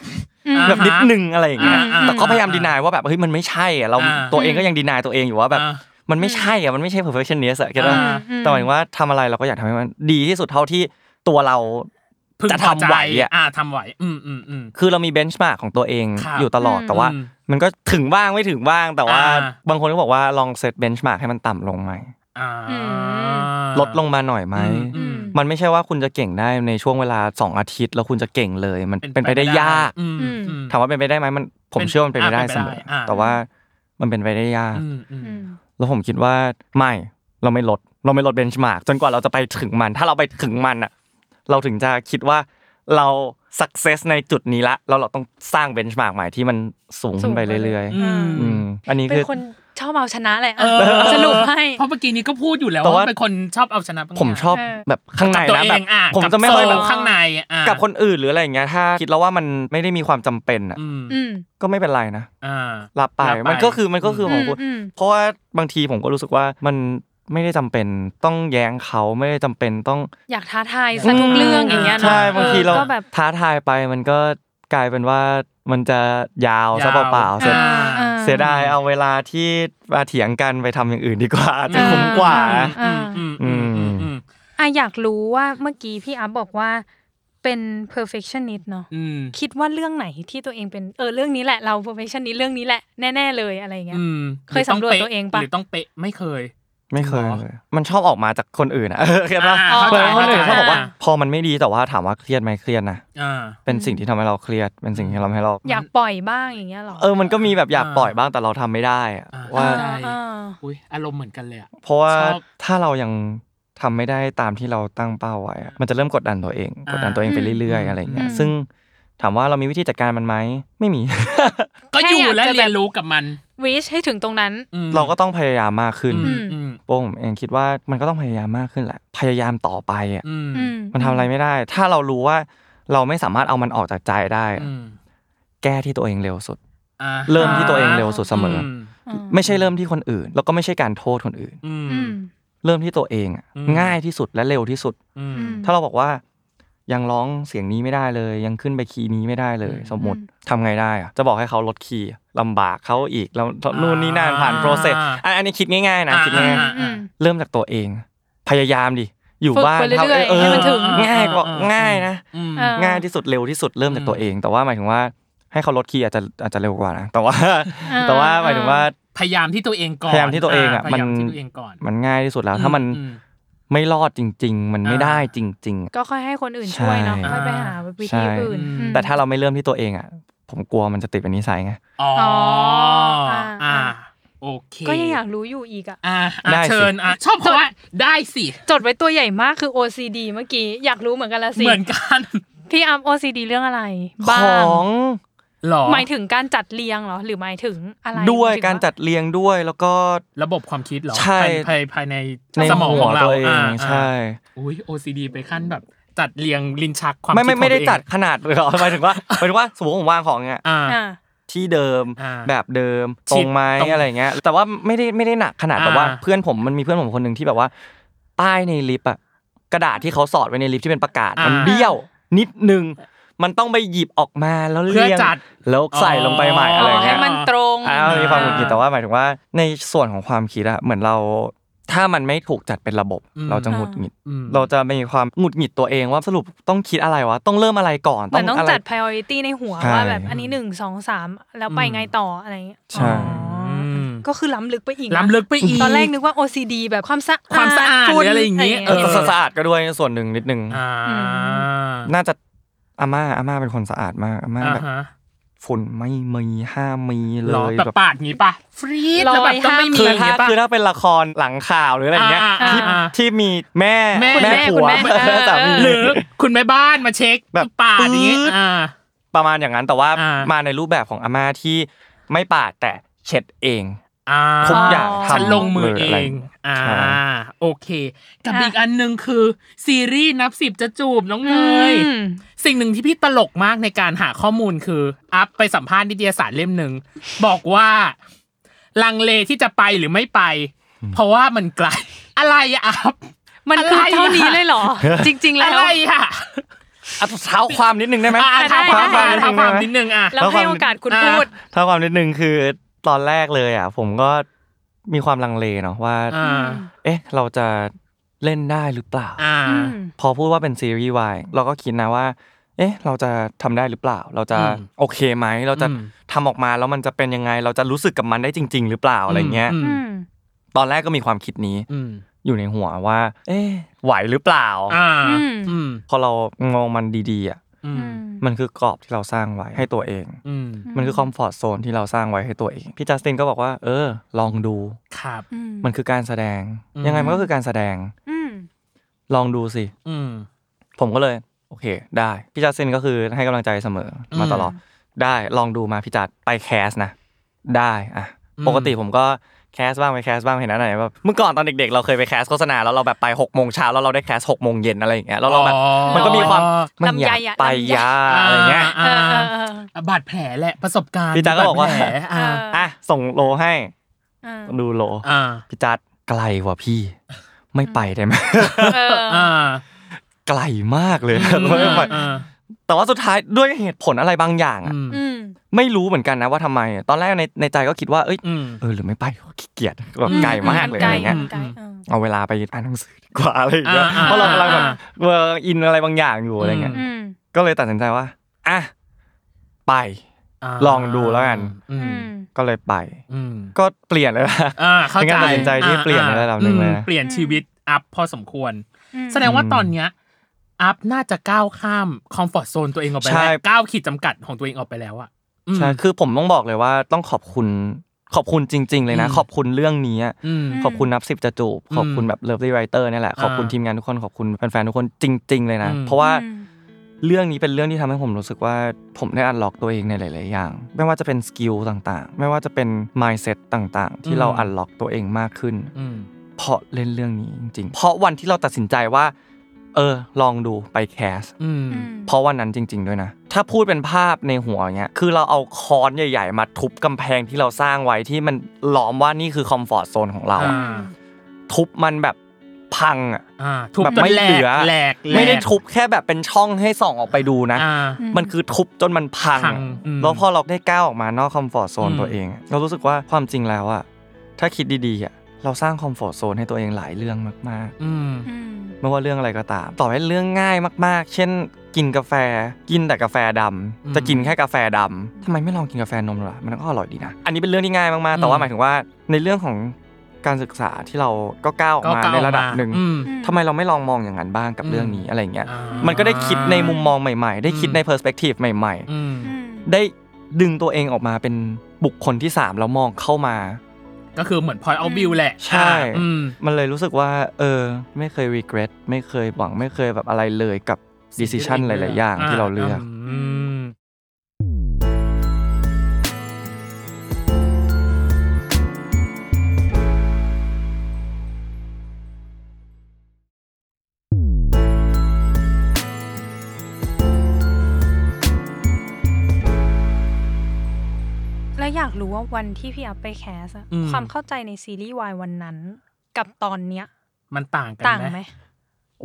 C: อืม
D: แบบนิดนึงอะไรอย่างเงี้ย
B: อ่าอ่า
D: แต่ก็พยายามดีนายว่าแบบเฮ้ยมันไม่ใช่อ่ะเรา
B: อ่า
D: ตัวเองก็ยังดีนายตัวเองอยู่ว่าแบบ
B: อ่า
D: มันไม่ใช่อ่ะมันไม่ใช่ perfectionist อ่ะแค่นั้น
B: อ่า
D: แต่หมายถึงว่าทำอะไรเราก็อยากทำให้มันดีที่สุดเท่าที่ตัวเรา
B: ึง
D: จะ
B: พ
D: ทำ
B: อใจ
D: ไหวอ่ะ
B: อ่าทำไหว อืมอืมอืม
D: คือเรามี benchmark ของตัวเอง
B: ครับ
D: อยู่ตลอดแต่ว่า
B: อืม
D: มันก็ถึงบ้างไม่ถึงบ้างแต่ว่า
B: อ่า
D: บางคนก็บอกว่าลองเซต benchmark ให้มันต่ำลงไหม
B: อ่า
C: อื
D: ลดลงมาหน่อยไหม
B: อืม
C: อืม
D: มันไม่ใช่ว่าคุณจะเก่งได้ในช่วงเวลา 2 อาทิตย์ แล้วคุณจะเก่งเลย มันเป็นไปได้ยาก
B: อืมอืม
D: ถามว่าเป็นไปได้ไหมมันผม
B: เป็น
D: เชื่อมันเป็นไปได้
B: อ่ะเป็นไป
D: เสมอ
B: ได้อ่ะ
D: แต่ว่ามันเป็นไปได้ยาก
B: อืมอืม
C: อืม
D: แล้วผมคิดว่าไม่เราไม่ลด เราไม่ลดเบนช์มาร์กจนกว่าเราจะไปถึงมัน ถ้าเราไปถึงมันอ่ะเราถึงจะคิดว่าเราสักเซสในจุดนี้ละแล้วเราต้องสร้างเบนช์มาร์กใหม่ที่มันสูงขึ้นไปเรื่อย
B: อืม
D: ๆอืมอันนี้
C: เป็น
D: คือ
C: คนชอบเอาชนะแหละอ่ะ
B: เออ
C: สรุปให้
B: เพราะเมื่อกี้นี้ก็พูดอยู่แล้ว
D: แต่ว่า
B: ว่าเป็นคนชอบเอาชนะางย่าง
D: ผมชอบ
C: เออ
D: แบบข้างใน
B: กับตัว
D: นะ
B: เอ
D: แบบ
B: งอ่ะ
D: ผมจะไม่ค่อยแบบ
B: กับโซ่ข้างในอ่ะ
D: กับคนอื่นหรืออะไรอย่างเงี้ยถ้าคิดแล้วว่ามันไม่ได้มีความจำเป็นอ่ะ
B: อืม
C: อืม
D: ก็ไม่เป็นไรนะ
B: อ่า
D: รับไป
B: รับไป
D: มันก็คือมันก็คืออ
C: ม
D: ของคุณ
C: อืม
D: เพราะว่าบางทีผมก็รู้สึกว่ามัน ไม่ได้จำเป็นต้องแย้งเขาไม่ได้จำเป็นต้อง
C: อยากท้าทายสักทุกเรื่องอย่างเงี้ยเนาะ
D: ใช่บางทีเรา
C: ออก็แบบ
D: ท้าทายไปมันก็กลายเป็นว่ามันจะยาวซะ
B: ยาว
D: เปล่าๆเสีย
C: อ่าอ่า
D: เสียดายเอาเวลาที่มาเถียงกันไปทำอย่างอื่นดีกว่า จะ
C: อ่า
D: คุ้มกว่า
C: อ่า
B: อืมอืมอืมอืม
C: อ่ะอยากรู้ว่าเมื่อกี้พี่อัพบอกว่าเป็น perfectionist เนาะ
B: อืม
C: คิดว่าเรื่องไหนที่ตัวเองเป็นเออเรื่องนี้แหละเรา perfectionist เรื่องนี้แหละแน่ๆเลยอะไรอย่างเงี้ย
B: อืม
C: เคยสำรวจตัวเองปะ
B: หรือต้องเป๊ะไม่เคย
D: ไม่เคย
B: จริงเหรอ
D: เลยมันชอบออกมาจากคนอื่นอะเออเข้าใจปะ
B: อ่า
D: เหมือนคนอื่น
C: เข้าใจ
D: เขาบอกว่า
B: อ่า
D: พอมันไม่ดีแต่ว่าถามว่าเครียดไหมเครียดนะ
B: อ่า
D: เป็นสิ่งที่ทำให้เราเครียด เป็นสิ่งที่ทำให้เรา
C: อยากปล่อยบ้างอย่างเงี้ยหรอ
D: เออมันก็มีแบบอยาก
B: อ่า
D: ปล่อยบ้างแต่เราทำไม่ได้อะ
B: อ่า
D: ว่า
C: อ่า
B: ใช่
C: อ่า
B: อุ้ยอารมณ์เหมือนกันเลยอ่ะ
D: เพราะว่า
B: ชอบ
D: ถ้าเรายังทำไม่ได้ตามที่เราตั้งเป้าไว้อะมันจะเริ่มกดดันตัวเอง
B: อ่าก
D: กดดันตัวเองไปเรื่อย
B: อืม
D: ๆอะไรเงี้ยซึ่งถามว่าเรามีวิธีจัดการมันไหมไม่มี
B: ก็อยู่และเรียนรู้กับมัน
C: วิชให้ถึงตรงนั้น
B: อืม
D: เราก็ต้องพยายามมากขึ้น
B: อืมอืม
D: โป้งผมเองคิดว่ามันก็ต้องพยายามมากขึ้นแหละ พยายามต่อไปอะ
B: อืม
C: อืม
D: มันทำอะไรไม่ได้ ถ้าเรารู้ว่าเราไม่สามารถเอามันออกจากใจได้อะ
B: อืม
D: แก้ที่ตัวเองเร็วสุด
B: อ่า
D: เริ่มที่ตัวเองเร็วสุดเสมออ
C: อ่า
D: ไม่ใช่เริ่มที่คนอื่น แล้วก็ไม่ใช่การโทษคนอื่น
B: อืม
C: อื
B: อืม
C: ม
D: เริ่มที่ตัวเองอะ
B: อืม
D: ง่ายที่สุดและเร็วที่สุด
B: อืม
C: อืม
D: ถ้าเราบอกว่ายังร้องเสียงนี้ไม่ได้เลย ยังขึ้นไปคีย์นี้ไม่ได้เลย
B: อืม
D: สมมติ
C: อืม
D: ทำไงได้อะจะบอกให้เขาลดคีย์ลำบากเขาอีกแล้วนู่นนี่นั่นผ่าน
B: อ่า
D: โปรเซสอันอันนี้คิดง่ายๆนะ
B: อ่า
D: คิดง่าย
B: อ่า
C: อืม
D: ๆเริ่มจากตัวเอง พยายามดิอยู่
C: ฝึก
D: บ้าน
C: ไปเรื่อยๆ
D: เอ
C: ให้
D: อ
C: มันถึง
D: ง่ายกว่าง่ายนะ
B: อืม
C: เออ
D: ง่ายที่สุดเร็วที่สุดเริ่มจากตัวเอง แต่ว่าหมายถึงว่าให้เขาลดคีย์อาจจะอาจจะเร็วกว่านะแต่ว่า
C: อ่า
D: แต่ว่าหมายถึงว่า
B: พยายามที่ตัวเองก่อน
D: พยายามที่ตัวเองอะ
B: พยายาม
D: มัน
B: ที่ตัวเองก่อน
D: มันง่ายที่สุดแล้ว ถ้ามัน
B: อืม
D: ไม่รอดจริง ๆ มันไม่ได้จริง ๆ
C: ก็ค่อยให้คนอื่นช่วยเนาะ
D: ใช่
C: ค่อยไปหาวิ
D: ใช่
C: ธีอื่น
B: อืม
C: อืม
D: แต่ถ้าเราไม่เริ่มที่ตัวเองอ่ะ ผมกลัวมันจะติดเป็นนิสัยไง
B: อ๋อ
C: อ๋ออ่า
B: อ่าโอเค
C: ก็ยังอยากรู้อยู่อีกอ่ะ
B: อ่าอ่ะ
D: ได้สิ
B: เชิญอ่ะชอบเพราะว่าได้สิ
C: จดไว้ตัวใหญ่มากคือ OCD เมื่อกี้อยากรู้เหมือนกันละสิ
B: เหมือนกัน
C: พี่อัพ OCD เรื่องอะไรบ้า
D: ข
C: ง
D: อง
B: หรอ
C: หมายถึงการจัดเรียงเหรอ หรือหมายถึงอะไร
D: ด้วย
C: หมถึง
D: การจัดเรียงด้วยแล้วก็
B: ระบบความคิดเหรอ
D: ใช่
B: ภายในภายใน
D: ใน
B: สมอง
D: หั
B: ข
D: ว
B: องเรา
D: ตัวเอง
B: อ่า
D: ใช่
B: อุ้ย OCD ไปขั้นแบบ จัดเรียงลินชักความ
D: ไม่ไม่
B: คิ
D: ไม่ได้
B: ของตัวเอง
D: จัดขนาดเลยหรอ หมายถึงว่าหมายถึงว่าสมมติผมวางของเนี่ย
B: อ่า
C: อ่า
D: ที่เดิม
B: อ่า
D: แบบเดิม
B: ชิ
D: ต
B: ด
D: รงไหม
B: ตรง
D: อะไรเงี้ย แต่ว่าไม่ได้ไม่ได้หนักขนาด
B: อ่า
D: แบบว่าเพื่อนผมมันมีเพื่อนผมคนหนึ่งที่แบบว่าป้ายในลิฟต์อะกระดาษที่เขาสอดไว้ในลิฟต์ที่เป็นประกาศมันเบี้ยวนิดนึงมันต้องไปหยิบออกมาแล้ว
B: เพื่อ
D: เรียง
B: จัด
D: แล้วใส่ลงไปใหม่อะไร
C: อ๋อ
D: เงี้ย
C: ให้มันตรง
D: อ่ามันมีความหงุดหงิด
B: อ่า
D: แต่ว่าหมายถึงว่าในส่วนของความคิดอะเหมือนเรา ถ้ามันไม่ถูกจัดเป็นระบบ
B: อืม
D: เราจะหงุดหงิด
B: อืม
D: เราจะมีความหงุดหงิดตัวเองว่าสรุปต้องคิดอะไรวะ ต้องเริ่มอะไรก่อน
C: เหมือนต้อง
D: อะไร
C: จัด priority ในหัว
D: ใช่
C: ว่าแบบอันนี้หนึ่งสองสามแล้วไปไงต่ออะไรอย่างเงี้ย
D: ใช่
C: อ๋ออ
B: ม
C: ก็คือล้ำลึกไปอีกนะ
B: ล้ำลึกไปอีก
C: ตอนแรกนึกว่า OCD แบบความสะอาด
B: ความสะอาด
C: ฝุ่
B: ห
C: น
B: รืออะไรอย่างงี้
C: ะไร
D: เออ
C: เงี้ย
D: สะสะอาดก็ด้วยส่วนหนึ่งนิดนึง
B: อ่า
D: น่าจะอาม่าอาม่าเป็นคนสะอาดมากอาม่า
B: อ่า
D: แบบ
B: ฮะ
D: ฝุ่นไม่มีห้ามมีเล
B: หรอย แบบปาดงี้ป่ะฟรีด
C: ลอย
B: แล้วแบบก็ไม่มี
D: คือ
B: อย่าง
D: ถ้า
B: งี้ป่ะ
D: คือถ้าเป็นละครหลังข่าวหรืออะไรอย่างเงี้ย
B: อ่าอ่า
D: ที่
B: อ่า
D: ที่มีแม่
B: แม่
C: คุณแม่
D: ผั
C: คุณ
D: ว
C: แม่เออ
D: สามี
B: หรือคุณแม่บ้านมาเช็ค
D: แบบ
B: ปาดอย่างงี้
D: ปื๊ด
B: อ่า
D: ประมาณอย่างนั้นแต่ว่า
B: อ่าม
D: มาในรูปแบบของอาม่าที่ไม่ปาดแต่เช็ดเอง
B: อ่า
D: ทุกอย่างทำ
B: ฉันลงมือเอ
D: เลยอะไร
B: ง อ่า
D: ใช่
B: โอเค กับ
C: อ่ะ
B: อีกอันหนึ่งคือ ซีรีส์นับสิบจะจูบน้องเน
C: อื
B: ย
C: ม
B: สิ่งหนึ่งที่พี่ตลกมากในการหาข้อมูลคืออัพไปสัมภาษณ์นิตยสารเล่มหนึ่ง บอกว่า ลังเลที่จะไปหรือไม่ไป เพราะว่ามันไกล อะไรอะอัพ
C: มันคือ
B: อะไรอะ
C: เท่านี้เลยเหรอ จริง ๆ แล้
B: อะ
C: ว
B: ไรอะ
D: อ่ะเท้าความนิดนึงได้ไหม
B: อ่า
C: ได้
B: ท้า
C: ได้
B: ความ
C: ได้
B: ท้าความนิดนึงอ่ะ
C: แล้วให้โอกาสคุณ
B: อ่า
C: พูด
D: เท้าความนิดนึงคือตอนแรกเลยอ่ะ ผมก็มีความลังเลเนาะว่า
B: อ่า
D: เอ๊ะ เราจะเล่นได้หรือเปล่า
B: อ่า
C: อืม
D: พอพูดว่าเป็นซีรีส์วายเราก็คิดนะว่า เอ๊ะ เราจะทำได้หรือเปล่า เราจะ
B: อืม
D: โอเคไหมเราจะ
B: อืม
D: ทำออกมาแล้วมันจะเป็นยังไง เราจะรู้สึกกับมันได้จริง ๆ หรือเปล่าอะไรเงี้ย
C: อืม
D: ตอนแรกก็มีความคิดนี้
B: อืม
D: อยู่ในหัวว่า เอ๊ะไหวหรือเปล่า
B: อ่า
C: อืม
B: อืม
D: พอเรามองมันดีๆอ่ะ
B: อื
C: อื
B: ม
C: ม
D: มันคือกรอบที่เราสร้างไว้ให้ตัวเอง
B: อืม
D: มันคือคอมฟอร์ทโซนที่เราสร้างไว้ให้ตัวเอง พี่จัสตินก็บอกว่า เออ ลองดู
B: ครับ
D: มันคือการแสดง
B: อืม
D: ยังไงมันก็คือการแสดง
C: อืม
D: ลองดูสิ
B: อืม
D: ผมก็เลย โอเค ได้ พี่จัสตินก็คือให้กำลังใจเสมออ
B: ม
D: มาตลอด ได้ ลองดูมาพี่จัดไปแคสนะ ได้ อ่ะ
B: อืม
D: ปกติผมก็แคสบ้างไปแคสบ้างเห็นอะไรแบบ เมื่อก่อนตอนเด็กๆ เราเคยไปแคสโฆษณาแล้วเราแบบไป6กโมงเช้าแล้วเราได้แคส6กโมงเย็นอะไรอย่างเงี้ย แล้วเราแบบ มันก็มีความไม่อ
C: ลำ
D: ยาก
C: ไยอะ
D: ไป
C: ลำไย
D: ยาอะไรเงี้ย
C: เออเออเออ
B: บาดแผลแหละประสบการณ์
D: พี่จ๊ะก็บอกว่า
B: ดแผลอ่า
C: เอออ่
D: อ่ะ ส่งโลให้
C: เออ
D: ดูโล
B: อ่า
D: พี่จัด ไกลว่ะพี่ ไม่ไปได้ไหม
C: เออ
B: อ่า
D: ไกลมากเลยนะ
C: อืม
D: ไม่ไป
B: อ่า
D: แต่ว่าสุดท้ายด้วยเหตุผลอะไรบางอย่างอะ
B: อืม
C: อืม
D: ไม่รู้เหมือนกันนะว่าทำไม ตอนแรกในในใจก็คิดว่าเอ้ย
B: อืม
D: เออหรือไม่ไปขี้เกียจแบบ
B: อืม
D: ไกลมากเลยอะไรเงี้ย
C: ไกล
B: อืม
C: เออ
D: เอาเวลาไปอ่านหนังสือดีกว่าอะไรอย่างเงี้ย
B: อ่า
D: เพราะเรากำลังแบบ
B: อ่า
D: เอออินอะไรบางอย่างอยู่อะไรเงี้ย
C: อืม
D: ก็เลยตัดสินใจว่าอ่ะไป ลองดูแล้วกัน
B: อื
C: อื
B: ม
C: ม
D: ก็เลยไป
B: อืม
D: ก็เปลี่ยนเลยนะ
B: อ่าเข้าใจ
D: เป็นการตัดสินใจที่เปลี่ยนในระดับหนึ่งเลยนะ
B: อืมเปลี่ยนชีวิตอัพพอสมควร
C: อืม
B: แสดงว่าตอนเนี้ยอัพน่าจะก้าวข้ามคอมฟอร์ z โซนตัวเองออกไป
D: ใช่
B: แล้วก้าวขีดจำกัดของตัวเองออกไปแล้วอะอืม
D: ใช่คือผมต้องบอกเลยว่าต้องขอบคุณขอบคุณจริง ๆ เลยนะ
B: อืม
D: ขอบคุณเรื่องนี้อะ
B: อืม
D: ขอบคุณนับสิบจะจูบขอบคุณแบบเลิฟรีไรเตอร์นี่ยแหละ
B: อ่า
D: ขอบคุณทีมงานทุกคนขอบคุณแฟนๆทุกคนจริง ๆ เลยนะ
B: อืม
D: เพราะว่า
C: อืม
D: เรื่องนี้เป็นเรื่องที่ทำให้ผมรู้สึกว่าผมได้อันล็อกตัวเองในหลาย ๆ อย่าง ไม่ว่าจะเป็นสกิลต่างๆ ไม่ว่าจะเป็นมายเซ็ตต่างๆ ที่เราอันล็อกตัวเองมากขึ้น
B: อืม
D: เพราะเล่นเรื่องนี้จริงๆ เพราะวันที่เราตัดสินใจว่า เออ ลองดูไปแคส
B: อืม
C: อืม
D: เพราะวันนั้นจริง ๆ ด้วยนะ ถ้าพูดเป็นภาพในหัวเงี้ย คือเราเอาค้อนใหญ่ ๆ มาทุบกำแพงที่เราสร้างไว้ที่มันล้อมว่านี่คือคอมฟอร์ตโซนของเรา
B: อ่า
D: ทุบมันแบบพังอ่ะ
B: อ่าทุบ
D: แบบ
B: จน
D: ไม่
B: แหล
D: เหลื
B: ก
D: อ
B: แหลกแหลก
D: ไม่ได้ทุบแค่แบบเป็นช่องให้ส่องออกไปดูนะ
B: อ่า
D: มันคือทุบจนมันพัง
B: พั
D: อะ
B: งอืม
D: แล้วพอเราได้ก้าวออกมานอกคอมฟอร์ตโซน
B: อืม
D: ตัวเองอะเรารู้สึกว่าความจริงแล้วอะถ้าคิดดีๆอะเราสร้างคอมฟอร์ตโซนให้ตัวเองหลายเรื่องมากๆ
B: อืม
C: อืม
D: ไม่ว่าเรื่องอะไรก็ตาม ต่อให้เรื่องง่ายมากๆ เช่น กินกาแฟ กินแต่กาแฟดำ
B: อืม
D: จะกินแค่กาแฟดำทำไมไม่ลองกินกาแฟนมดูล่ะ มันก็อร่อยดีนะ อันนี้เป็นเรื่องที่ง่ายมากๆ แต่
B: อื
D: ว่าม หมายถึงว่าในเรื่องของการศึกษาที่เราก็ก้าวออกมา
B: ก้ว
D: ในระดับหนึ่ง
B: อืม
D: ทำไมเราไม่ลองมองอย่างนั้นบ้างกับ
B: อืม
D: เรื่องนี้อะไรเงี้ย
B: อ่า
D: มันก็ได้คิดในมุมมองใหม่ๆ ได้คิด
B: อืม
D: ในเพอร์สเปกทีฟใหม่
B: อืม
D: ๆ ได้ดึงตัวเองออกมาเป็นบุคคลที่สามแล้วมองเข้ามา
B: ก็คือเหมือน point of view แหละ
D: ใช่
B: อ่าอืม
D: มันเลยรู้สึกว่า เออ ไม่เคย regret ไม่เคยหวังไม่เคยแบบอะไรเลยกับ decision หลาย ๆ อย่างที่เราเลือก
B: อืม
C: แล้วอยากรู้ว่าวันที่พี่อัพไปแคสอะความเข้าใจในซีรีส์วายวันนั้น กับตอนเนี้ย
B: มันต่างกัน
C: ต่าง
B: ไห
C: ไห
B: ม
C: ม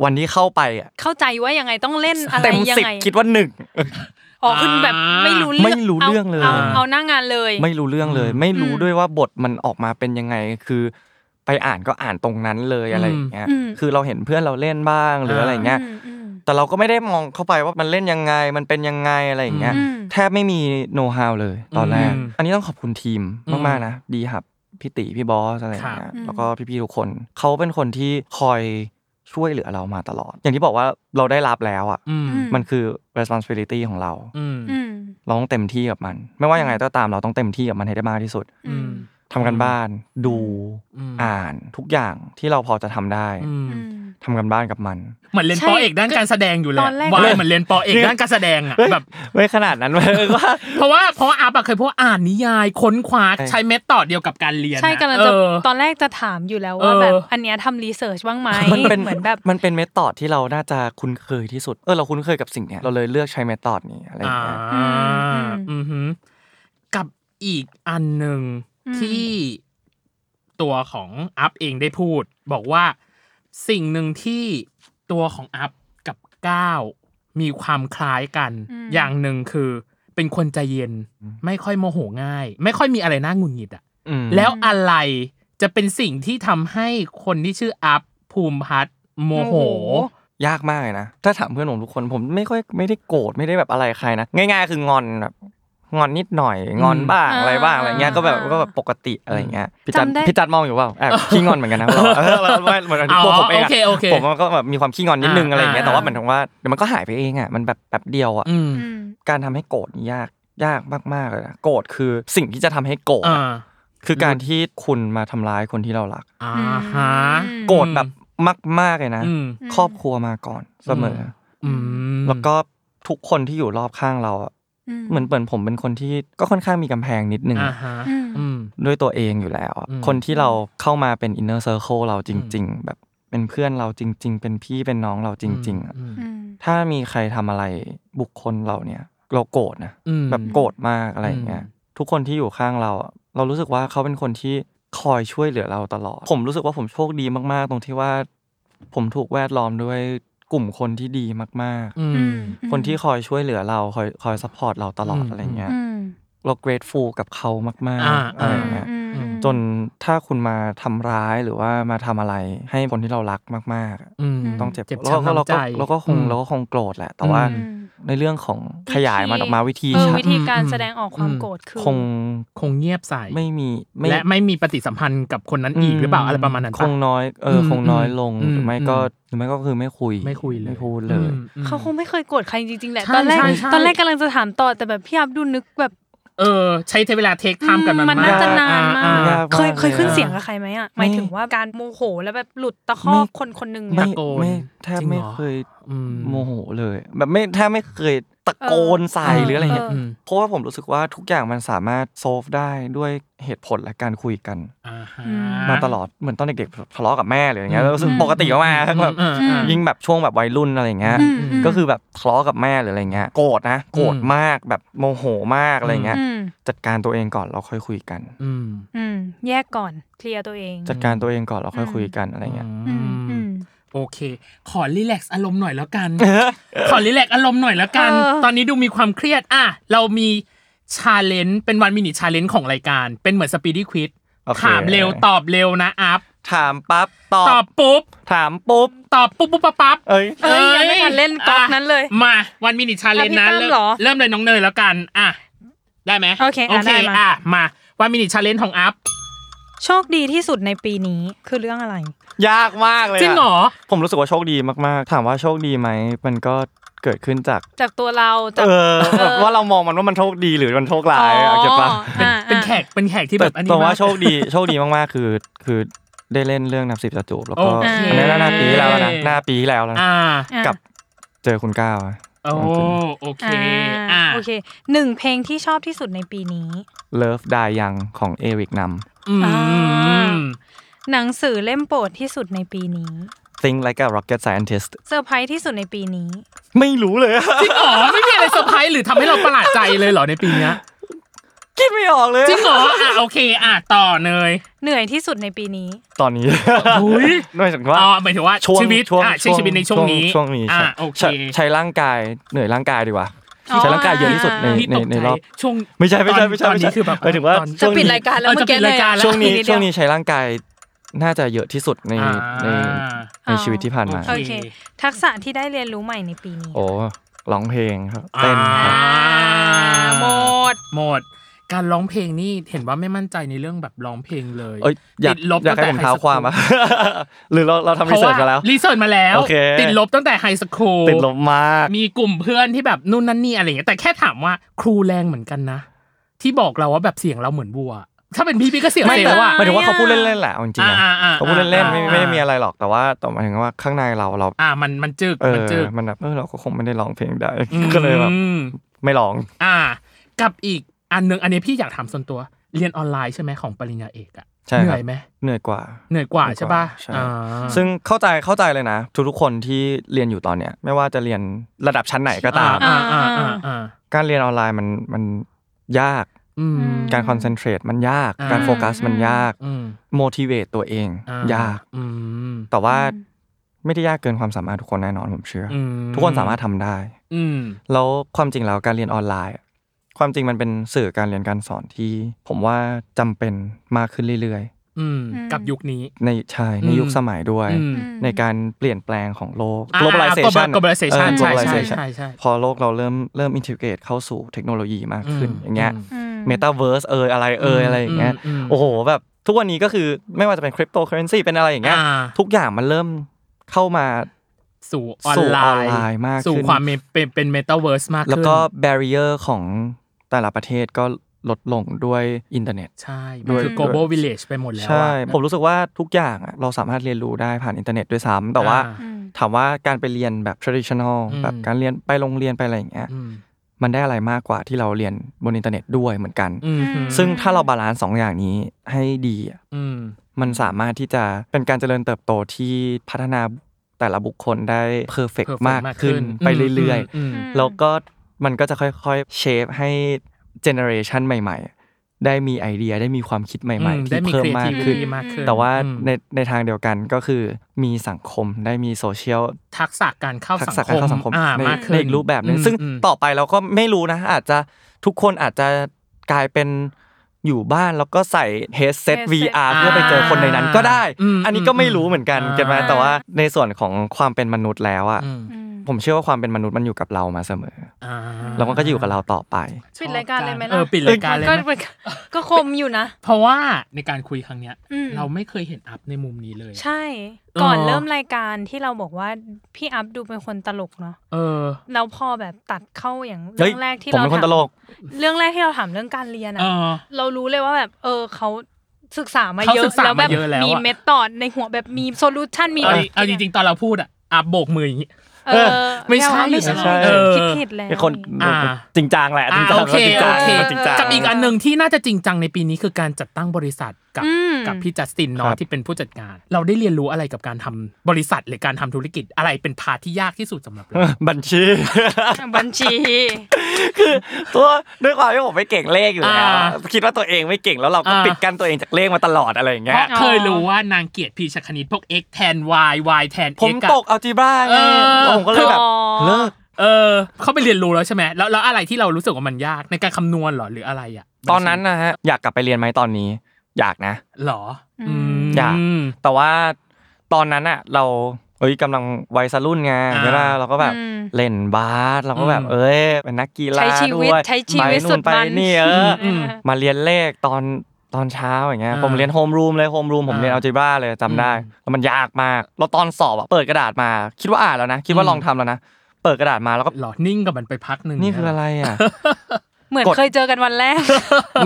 D: วันที่เข้าไปอ่ะ
C: เข้าใจว่ายังไงต้องเล่นอะไร
D: เต็ม
C: ยัง
D: สิบ
C: ไง
D: คิดว่าหนึ่ง
C: อ๋อคือแบบไม่รู้เรื่อง
D: ไม่รู้เรื่องเลย
C: าาเอาหน้างานเลย
D: ไม่รู้เรื่องเลย ไม่รู้ด้วยว่าบทมันออกมาเป็นยังไง คือไปอ่านก็อ่านตรงนั้นเลยอะไรอย่างเงี้ย
C: อืม
D: คือเราเห็นเพื่อนเราเล่นบ้างหรืออะไรเงี้ย
C: อืมอืม
D: แต่เราก็ไม่ได้มองเข้าไปว่ามันเล่นยังไง มันเป็นยังไงอะไรอย่างเงี้ย
C: อืม
D: แทบไม่มีโน้ตฮาวเลยตอนแรก
B: อืม
D: อันนี้ต้องขอบคุณทีม
B: อืม
D: มากๆนะ ดีครับพี่ติพี่บอสอะไรอย่าง
B: ครั
D: เงี้
B: บ
D: ย
C: อืม
D: แล้วก็พี่ๆทุกคน เขาเป็นคนที่คอยช่วยเหลือเรามาตลอด อย่างที่บอกว่าเราได้รับแล้วอ่ะ
B: อืม
D: มันคือ responsibility ของเรา
B: อืม
C: อืม
D: เราต้องเต็มที่กับมัน ไม่ว่ายังไงก็ตามเราต้องเต็มที่กับมันให้ได้มากที่สุด
C: อืม
D: ทำกันบ้าน ดู
B: อืม
D: อ่านทุกอย่างที่เราพอจะทำได้
B: อืม
C: อืม
D: ทำกันบ้านกับมัน
B: เหมือนเรียน
C: ใช่
B: ปอเอกด้านการแสดงอยู่เลย
C: ตอนแรก
B: วายเหมือนเรียนปอเอกด้านการแสดงอะแบบ
D: ไม่ขนาดนั้นเลย ว่า
B: เพราะว่าเพราะว่าอาปะเคยพวกอ่านนิยายค้นคว้าใช้เมธอดเดียวกับการเรียน
C: ใช่
B: อะ
C: กำลังจะ
B: เออ
C: ตอนแรกจะถามอยู่แล้วว่าแบบ
B: เอออั
C: อันเนี้ยทำรีเสิร์ชบ้างไหม
D: มันเป็น
C: เหมือนแบบ
D: มันเป็นเมธอดที่เราน่าจะคุ้นเคยที่สุด เออเราคุ้นเคยกับสิ่งเนี้ยเราเลยเลือกใช้เมธอดนี้อะไรอ
B: อ่า
D: ย่างเงี้ย
B: อืมฮึกับอีกอันหนึ่งที่ตัวของอัพเองได้พูด บอกว่าสิ่งหนึ่งที่ตัวของอัพกับก้าวมีความคล้ายกัน อย่างหนึ่งคือ เป็นคนใจเย็น ไม่ค่อยโมโหง่าย ไม่ค่อยมีอะไรน่าหงุนหงิดอะ
D: อืม
B: แล้วอะไรจะเป็นสิ่งที่ทำให้คนที่ชื่ออัพภูมิพัฒน์โมโห
D: ยากมากเลยนะ ถ้าถามเพื่อนผมทุกคนผมไม่ค่อยไม่ได้โกรธไม่ได้แบบอะไรใครนะ ง่าย ๆ คืองอนแบบงอนนิดหน่อย งอนบ้างอะไรบ้างอะไรเงี้ยก็แบบก็แบบปกติอะไรเงี้ยพี่จัดพี่จัดมองอยู่เปล่า แอบขี้งอนเหมื อนกันนะเราเออเราไม่เหมือนกันตัวผมเอง
B: อ๋อโอ
D: อะ
B: เคโอเค
D: ผมก็แบบมีความขี้งอนนิดนึง
B: อ่า
D: อะไรเงี้ยแต่ว่าเหมือนว่าเดี๋ยวมันก็หายไปเองอ่ะมันแบบแป๊บเดียวอ่ะ
B: อืม
C: อืม
D: การทำให้โกรธนี่ยากยากมากๆเลยนะโกรธคือสิ่งที่จะทำให้โกรธอะ
B: อ่า
D: คือการที่คุณมาทำร้ายคนที่เรารัก
B: อ่า
C: อืม
B: ฮะ
C: อืม
D: โกรธแบบมากๆเลยนะ
B: อืม
D: ครอบครัวมาก่อนเสมออ
B: อืม
D: แล้วก็ทุกคนที่อยู่รอบข้างเราอะเหมือนเปิดผมเป็นคนที่ก็ค่อนข้างมีกำแพงนิดนึง
B: อ่า
D: อะ
B: ฮะ
C: อืม
B: อืม
D: ด้วยตัวเองอยู่แล้วอะ
B: อืม
D: คนที่เราเข้ามาเป็นอินเนอร์เซอร์คเราจริง ๆ แบบเป็นเพื่อนเราจริง ๆ เป็นพี่เป็นน้องเราจริง ๆอะ
B: อืม
C: อืม
D: ถ้ามีใครทำอะไรบุคคลเราเนี่ย เราโกรธนะ
B: อืม
D: แบบโกรธมากอะไรอย่างเงี้ย
B: อืม
D: ทุกคนที่อยู่ข้างเราอะเรารู้สึกว่าเขาเป็นคนที่ คอยช่วยเหลือเราตลอด ผมรู้สึกว่าผมโชคดีมาก ๆ ตรงที่ว่า ผมถูกแวดล้อมด้วยกลุ่มคนที่ดีมาก
B: อื
C: อื
B: ม
C: ม
D: ๆ คนที่คอยช่วยเหลือเราคอยคอยซัพพอร์ตเราตลอด
B: อืม
D: อะไรเงี้ย
C: อืม
D: เรา grateful กับเขามาก
B: อ่า
D: ๆอะไรเงี้ย
C: อืมอืม
D: จนถ้าคุณมาทำร้ายหรือว่ามาทำอะไรให้คนที่เรารักมากๆอะ
B: อืม
D: ต้องเจ็บ
B: เจ็บ
D: แล้วก็
B: ช้ำ
D: เรา
B: น้ำใจ
D: ก็เราก็คง
B: อืม
D: เราก็คงโกรธแหละ แต่ว่า
C: อืม
D: ในเรื่องของขยายมันออกมาวิธี
C: เออ
D: ชัด
C: วิธีการแสดงออกความ
B: อืม
C: โกรธคือ
D: คง
B: คงเงียบใส่
D: ไม่มีไม่
B: และไม่มีปฏิสัมพันธ์กับคนนั้นอีกหรือเปล่าอะไรประมาณนั้น
D: ค
B: ปะ
D: งน้อยเอออ
B: ม
D: คงน้อยลง
B: อืม
D: หรือไม่ก็
B: อืม
D: หรือไม่ก็คือไม่คุย
B: ไม่คุยเลย
D: ไม่พูดเลย
B: อืมอืม
C: เขาคงไม่เคยโกรธใครจริงๆแหละ
B: ใช่
C: ตอนแรก
B: ใช่ใช่
C: ตอนแรกกำลังจะถามต่อแต่แบบพี่อับดูนึกแบบ
B: เออ ใช้เวลาเทคไทม์กับมัน
C: มันน่าจะนานมา
B: อ่
C: ก
B: อ่
D: ยากมาก
C: เคยเคย
D: เลย
C: ขึ้น
D: อะ
C: เสียงกับใครไหมอ่ะหมายถึงว่าการโมโหแล้วแบบหลุดตะคอก
D: ไม่
C: คนคนหนึ่ง
D: ไม่
C: อะ
B: ตะโกน
D: ไม่แทบ
B: จริงเหรอ
D: ไม่เคย
B: อืม
D: โมโหเลย แบบไม่แทบไม่เคยตะโกนใส่
B: เออ
D: หรืออะไรเงี้ย
C: เออ
D: เพราะว่าผมรู้สึกว่าทุกอย่างมันสามารถโซฟได้ด้วยเหตุผลและการคุยกัน
B: อ่าฮะ
D: มาตลอดเหมือนตอนเด็กๆทะเลาะกับแม่หรืออย่างเงี้ย
B: อืม
D: รู้สึกปกติมากๆแบบ
B: อืมอืมอืม
D: ยิ่งแบบช่วงแบบวัยรุ่นอะไรเงี้ย
C: อืมม
D: ก็คือแบบทะเลาะกับแม่หรืออะไรเงี้ยโกรธนะโกรธมากแบบโมโหมากอะไรเงี้ย
C: ม
D: จัดการตัวเองก่อนเราค่อยคุยกัน
B: อืม
C: อืมแยกก่อนเคลียร์ตัวเอง
D: จัดการตัวเองก่อนเราค่อยคุยกันอะไรเงี้ย
B: อื
C: อืม
B: ม
C: อืม
B: โอเค ขอรีแลกซ์อารมณ์หน่อยแล้วกัน ขอรีแลกซ์อารมณ์หน่อยแล้วกัน
C: เออ
B: ตอนนี้ดูมีความเครียด อ่ะ เรามีชาเลนจ์ เป็นวันมินิชาเลนจ์ของรายการ เป็นเหมือนสปีด y q ควิด
D: โอเค
B: ถามเร็วตอบเร็วนะอัพ
D: ถามปั๊บตอ
B: ตอ
D: บบ
B: ปุ๊บ
D: ถามปุ๊บ
B: ตอบปุ๊บปุ๊บปั๊บปั๊บ
D: เอ้ย
C: เอ้ยยังไม่ทันเล่นก๊อกนั้นเลย
B: อ่ะมาวันมินิชาเลนจ์นะ
C: อ่ะพี่ตั้ม
B: เริ่ม
C: เหรอ
B: เริ่มเลยน้องเนยแล้วกัน อ่ะ ได้ไหม
C: โอเคอ่ะ
B: โอเค
C: ได้มา
B: อ่ะมาวันมินิชาเลนจ์ของอัพ
C: โชคดีที่สุดในปีนี้คือเรื่องอะไร
D: ยากมากเลย
B: จริงเหรอ
D: ผมรู้สึกว่าโชคดีมากๆ ถามว่าโชคดีไหมมันก็เกิดขึ้นจาก
C: จากตัวเราจาก
D: เออว่าเรามองมันว่ามันโชคดีหรือมันโชคร้ายอะเก็บปะ
C: อ่า
B: เป็นแขกเป็นแขกที่แบ
D: แต่
B: บอันนี้
D: แต่ว่าม
B: าก
D: โชคดีโชคดีมากๆ คือคือได้เล่นเรื่องนับสิบจะจูบแล้วก็
B: โอเค
D: อันนี้หน้าปีที่แล้วนะหน้าปีที่แล้วนะ
B: อ่า
C: อ่า
D: กับเจอคุณก้าวอะ
B: โอ้โอเค อ่า
C: อ่าโอเคหนึ่งเพลงที่ชอบที่สุดในปีนี้
D: เลิฟดายังของเอริกนำ
B: อืม
C: หนังสือเล่มโปรดที่สุดในปีนี้
D: Think Like a Rocket Scientist
C: เซอร์ไพรส์ที่สุดในปีนี้
D: ไม่รู้เลยอะ
B: จริงเหรอไม่มีอะไรเซอร์ไพรส์หรือทำให้เราประหลาดใจเลยเหรอในปีเนี้ย
D: คิดไม่ออกเลย
B: จริงเหรออ่ะโอเค อ่ะต่อเนย
C: เหนื่อยที่สุดในปีนี้
D: ตอนนี้
B: อุ้ย
D: หมายถึงว่า
B: อ๋อหมายถึงว่า
D: ช่วง
B: ชีวิต
D: ช่วง
B: อ่ะใช้ชีวิตในช่วงนี้
D: ช่วงนี้
B: อ่ะ
D: ใช่
B: โอเค
D: ใช้ใช้ร่างกายเหนื่อยร่างกายดีกว่า
C: อ๋อ
D: ใช้ร่างกายเยอะที่สุดใน
B: พี่
D: ใน
B: ตก
D: ใน
B: ใจ
D: รอบ
B: ช่วง
D: ไม่ใช่ไม่ใช่ไม่ใช่
B: ตอนนี้
D: ไม่ใช่
B: คือแบบ
D: หมายถึงว่า
B: ตอน
D: ช่
C: จะ
D: วงนี้
C: ปิดรายการแล้ว
B: เออ
C: เมื่อกี้
B: จะปิด
C: เลย
B: รายการแล้ว
D: ช่วงนี้
C: อีกดเดีย
D: ช่วงนี้ใช้ร่างกายน่าจะเยอะที่สุดใน
B: อ่า
D: ในในชีวิตที่ผ่านมา
C: โอเค ทักษะที่ได้เรียนรู้ใหม่ในปีนี้
D: โอ้ร้องเพลงครับเต้น
B: อ่า
D: ครับ
C: หมด
B: หมด การร้องเพลงนี่เห็นว่าไม่มั่นใจในเรื่องแบบร้องเพลงเลย
D: เอ้ยอยาก
B: ติดลบ
D: อยากให้
B: ตั้
D: ผ
B: ง
D: ม
B: แต่
D: เท้าความอะ หรือเราเราทำรีเสิร์ชมาแล้ว
B: รีเสิร์ชมาแล้ว
D: โอเค
B: ติดลบตั้งแต่ไฮสคูล
D: ติดลบมาก
B: มีกลุ่มเพื่อนที่แบบนู่นนั่นนี่อะไรอย่างเงี้ยแต่แค่ถามว่าครูแรงเหมือนกันนะ ที่บอกเราว่าแบบเสียงเราเหมือนวัว ถ้าเป็นพี่พี่ก็เสียง
D: ไม่
B: เซล
D: แต่
B: ล์อ่ะ
D: หมายถึงว่าเขาพูดเล่นๆแหละเอาจริงๆอะ
B: อ่าอ่าอ่า
D: เขาพูดเล่นๆไม่ไม่ได้
B: อ่ามี
D: มีอะไรหรอกแต่ว่าแต่หมายถึงว่าข้างในเราเรา
B: อ่ามันมันจึก
D: เออ
B: มันจึก
D: มันแบบเออเราก็คงไม่ได้ร้องเพลงได้ ก็เลยแบบ
B: อืม
D: ไม่ร้อง
B: อ่า กับอีกอันหนึ่งอันนี้พี่อยากถามส่วนตัว เรียนออนไลน์ใช่ไหมของปริญญาเอกอะ
D: ใช่ครับ
B: เหนื่อยไหม
D: เหนื่อยกว่า
B: เหนื่อยกว่าใช่ป่ะ
D: ใช่
B: อ่า
D: ซึ่งเข้าใจเข้าใจเลยนะ ทุกๆคนที่เรียนอยู่ตอนเนี้ยไม่ว่าจะเรียนระดับชั้นไหนก็ตาม
B: อ่าอ่าอ่าอ่า
D: การเรียนออนไลน์มันมันยาก
B: อืม
D: การคอนเซนเทรตมันยาก
B: อ่า
D: การโฟกัสมันยาก
B: อืม
D: โม i ิเวตตัวเอง
B: อ่
D: ยาก
B: อืม
D: แต่ว่าไม่ได้ยากเกินความสามารถทุกคนแน่นอนผมเชื่ออ
B: อืม
D: ทุกคนสามารถทำได้
B: อืม
D: แล้วความจริงแล้วการเรียนออนไลน์อะความจริงมันเป็นสื่อการเรียนการสอนที่ผมว่าจำเป็นมากขึ้นเรื่อยๆ
B: อืม
C: อืม
B: กับยุคนี้
D: ในใช่ใน
B: อืม
D: ยุคสมัยด้วย
B: อืม
D: ในการเปลี่ยนแปลงของโลก
B: อ่า
D: globalization
B: อ่า globalization
D: เออ
B: ใช่
D: globalization
B: ใช่ใช่ใช่
D: พอโลกเราเริ่มเริ่ม integrate เข้าสู่เทคโนโลยีมากขึ้น อย่างเงี้ย
C: อืม
D: metaverse เอยอะไรเอยอะไรอย่างเงี้ย
B: มม
D: โอ้โหแบบทุกวันนี้ก็คือไม่ว่าจะเป็นคริปโตเคอเรนซีเป็นอะไรอย่างเงี้ย
B: อ่า
D: ทุกอย่างมันเริ่มเข้ามา
B: สู่ออน
D: สู่
B: ไล
D: ออน
B: น์
D: ไลน์มาก
B: สู่
D: ขึ้น
B: ความเป็นเป็นเป็นเมตาเวิร์สมากขึ้น
D: แล้วก็ barrier ของแต่ละประเทศก็ลดลงด้วยอินเทอร์เน็ต
B: ใช่
D: ด้
B: มัน
D: วย
B: คือ
D: ด้วย
B: global village ไปหมดแล้วอะ
D: ใช่ ผมรู้สึกว่าทุกอย่างอะเราสามารถเรียนรู้ได้ผ่านอินเทอร์เน็ตด้วยซ้ำแต่ว่า
B: อ่
C: อืม
D: ถามว่าการไปเรียนแบบ traditional
B: อืม
D: แบบการเรียนไปโรงเรียนไปอะไรอย่างเงี้ย
B: อืม
D: มันได้อะไรมากกว่าที่เราเรียนบนอินเทอร์เน็ตด้วยเหมือนกัน
B: อืม
C: อืม
D: ซึ่งถ้าเราบาลานซ์สองอย่างนี้ให้ดีอะ
B: อืม
D: มันสามารถที่จะเป็นการเจริญเติบโตที่พัฒนาแต่ละบุคคลได้ perfect
B: perfect
D: มากขึ้น ไปเรื่อย
B: อืม
D: ๆ แล้วก็มันก็จะค่อยๆ shape ให้ generation ใหม่ ๆ ได้มีไอเดียได้มีความคิดใหม่
B: อื
D: ๆ
B: ได้
D: ที่เพิ่มมากขึ้น
B: มี creativity มากขึ้น
D: แต่ว่า
B: อืม
D: ในในทางเดียวกันก็คือมีสังคมได้มีโซเชียล
B: ทักษะการเข้า
D: ทัก
B: สัง
D: ษะ
B: ค
D: กา
B: ม
D: รเข้าสังคม
B: อ่า
D: ใน
B: มากขึ้น
D: ในอีกรูปแบบหนึง
B: อืม
D: ซึ่ง
B: อืม
D: ต่อไปเราก็ไม่รู้นะ อาจจะทุกคนอาจจะกลายเป็นอยู่บ้านแล้วก็ใส่ headset
C: headset
D: VR
C: อ่า
D: เพื่อไปเจอคนในนั้นก็ได้
B: อืม
D: อันนี้ก็ไม่รู้เหมือนกัน
B: อ่า
D: เก็ตไหมแต่ว่าในส่วนของความเป็นมนุษย์แล้วอ่ะ
B: อืม
C: อืม
D: ผมเชื่อว่าความเป็นมนุษย์มันอยู่กับเรามาเสมอ
B: อ่า
D: แล้วมันก็จะอยู่กับเราต่อไป
C: ปิดรายการเลยไหมล่ะ
B: เออปิดรายการเลย
C: ก็
B: ไหม
C: ก็คมอยู่นะ
B: เพราะว่าในการคุยครั้งเนี้ย
C: อืม
B: เราไม่เคยเห็นอัพในมุมนี้เลยอะ
C: ใช่ ก่อน
B: เออ
C: เริ่มรายการที่เราบอกว่าพี่อัพดูเป็นคนตลกเนาะ
B: เออ
C: แล้วพอแบบตัดเข้าอย่าง
D: เฮ้
C: เรื่
D: ย
C: องแรกที่
D: ผม
C: เรา
D: เป็นค
C: ถา
D: น
C: ม
D: ตลก
C: เรื่องแรกที่เราถามเรื่องการเรียน
B: เอ
C: อะ
B: อ
C: เรารู้เลยว่าแบบ เออเขาศึกษามา
B: เขา
C: เย
B: ศึ
C: อะ
B: กษา
C: แล้วแบ
B: มา
C: บ
B: เยอะแล้วอะ
C: มีเมธอดในหัวแบบมีโซลูชันมี
B: เอา
C: แบบ
B: ดิเอาจริงๆตอนเราพูดอะอัพโบกมืออย่างงี้
C: เออ
B: ไม่ใช่
C: ไม่ใช่
D: ไม่ใช่
C: คิดผิดแล้ว
D: เป็นคน
B: อ่า
D: จริงจังแหละจริงจัง
B: โอเค
D: จริง
B: โอ
D: จัง
B: เค
D: จริงจัง
B: กับอีกอันหนึ่งที่น่าจะจริงจังในปีนี้คือการจัดตั้งบริษัทกับ
C: อืม
B: กับพี่จัสตินเนาะ
D: ครับ
B: ที่เป็นผู้จัดการ เราได้เรียนรู้อะไรกับการทำบริษัทหรือการทำธุรกิจอะไรเป็นพาร์ทที่ยากที่สุดสำหรับเรา
D: บัญชี
C: บัญชี
D: ตัวด้วยความที่ผมไม่เก่งเลขอยู่แล้ว
B: อ่า
D: คิดว่าตัวเองไม่เก่งแล้วเราก็
B: อ่า
D: ปิดกั้นตัวเองจากเลขมาตลอดอะไรอย่าง
B: เพ
D: เงี้ย
B: ราะเคยรู้ว่านางเกียรติพีชคณิตพวก x แทน y y แทน x
D: ผม
B: อะ
D: ตกอัลจีบ้า
B: เอ
D: ไง
B: อ
D: แล้วผมก็เลยแบบ
C: อ๋อ
D: เลิก
B: เออเขาไปเรียนรู้แล้วใช่ไหมแล้วแล้วอะไรที่เรารู้สึกว่ามันยากในการคำนวณเหรอหรืออะไรอ่ะ
D: ตอนนั้นนะฮะอยากกลับไปเรียนไหมตอนนี้ อยากนะ
B: เหรออืม
D: อยาก แต่ว่าตอนนั้นอะเราเอ้ยกำลังวัยสรุ่นไง
B: อ่า
D: เวลาเราก็แบบ
C: อืม
D: เล่นบาสเราก็แบบ
B: อืม
D: เอ้ยเป็นนักกีฬา
C: ใช้ชี
D: ด้
C: วิ
D: ว
C: ต
D: ย
C: ใช้ชีวิต
D: ไปนู่
C: สุ
D: น
C: ด
D: ไป
C: มัน
D: นี่เอออ
B: อืม
D: มาเรียนเลขตอนตอนเช้าอย่างเงี้ย
B: อ่า
D: ผมเรียนโฮมรูมเลยโฮมรูมผมเรียน
B: อ่า
D: อัลจิบ้าเลยจำได้
B: อืม
D: แล้วมันยากมากแล้วตอนสอบอะเปิดกระดาษมา คิดว่าอ่านแล้วนะ คิดว่า
B: อืม
D: ลองทำแล้วนะ เปิดกระดาษมาแล้วก็
B: เหรอนิ่งกับมันไปพักหนึ่ง
D: นี่คืออะไร อ่ะ
C: เหมือน
D: กด
C: เคยเจอกันวันแรก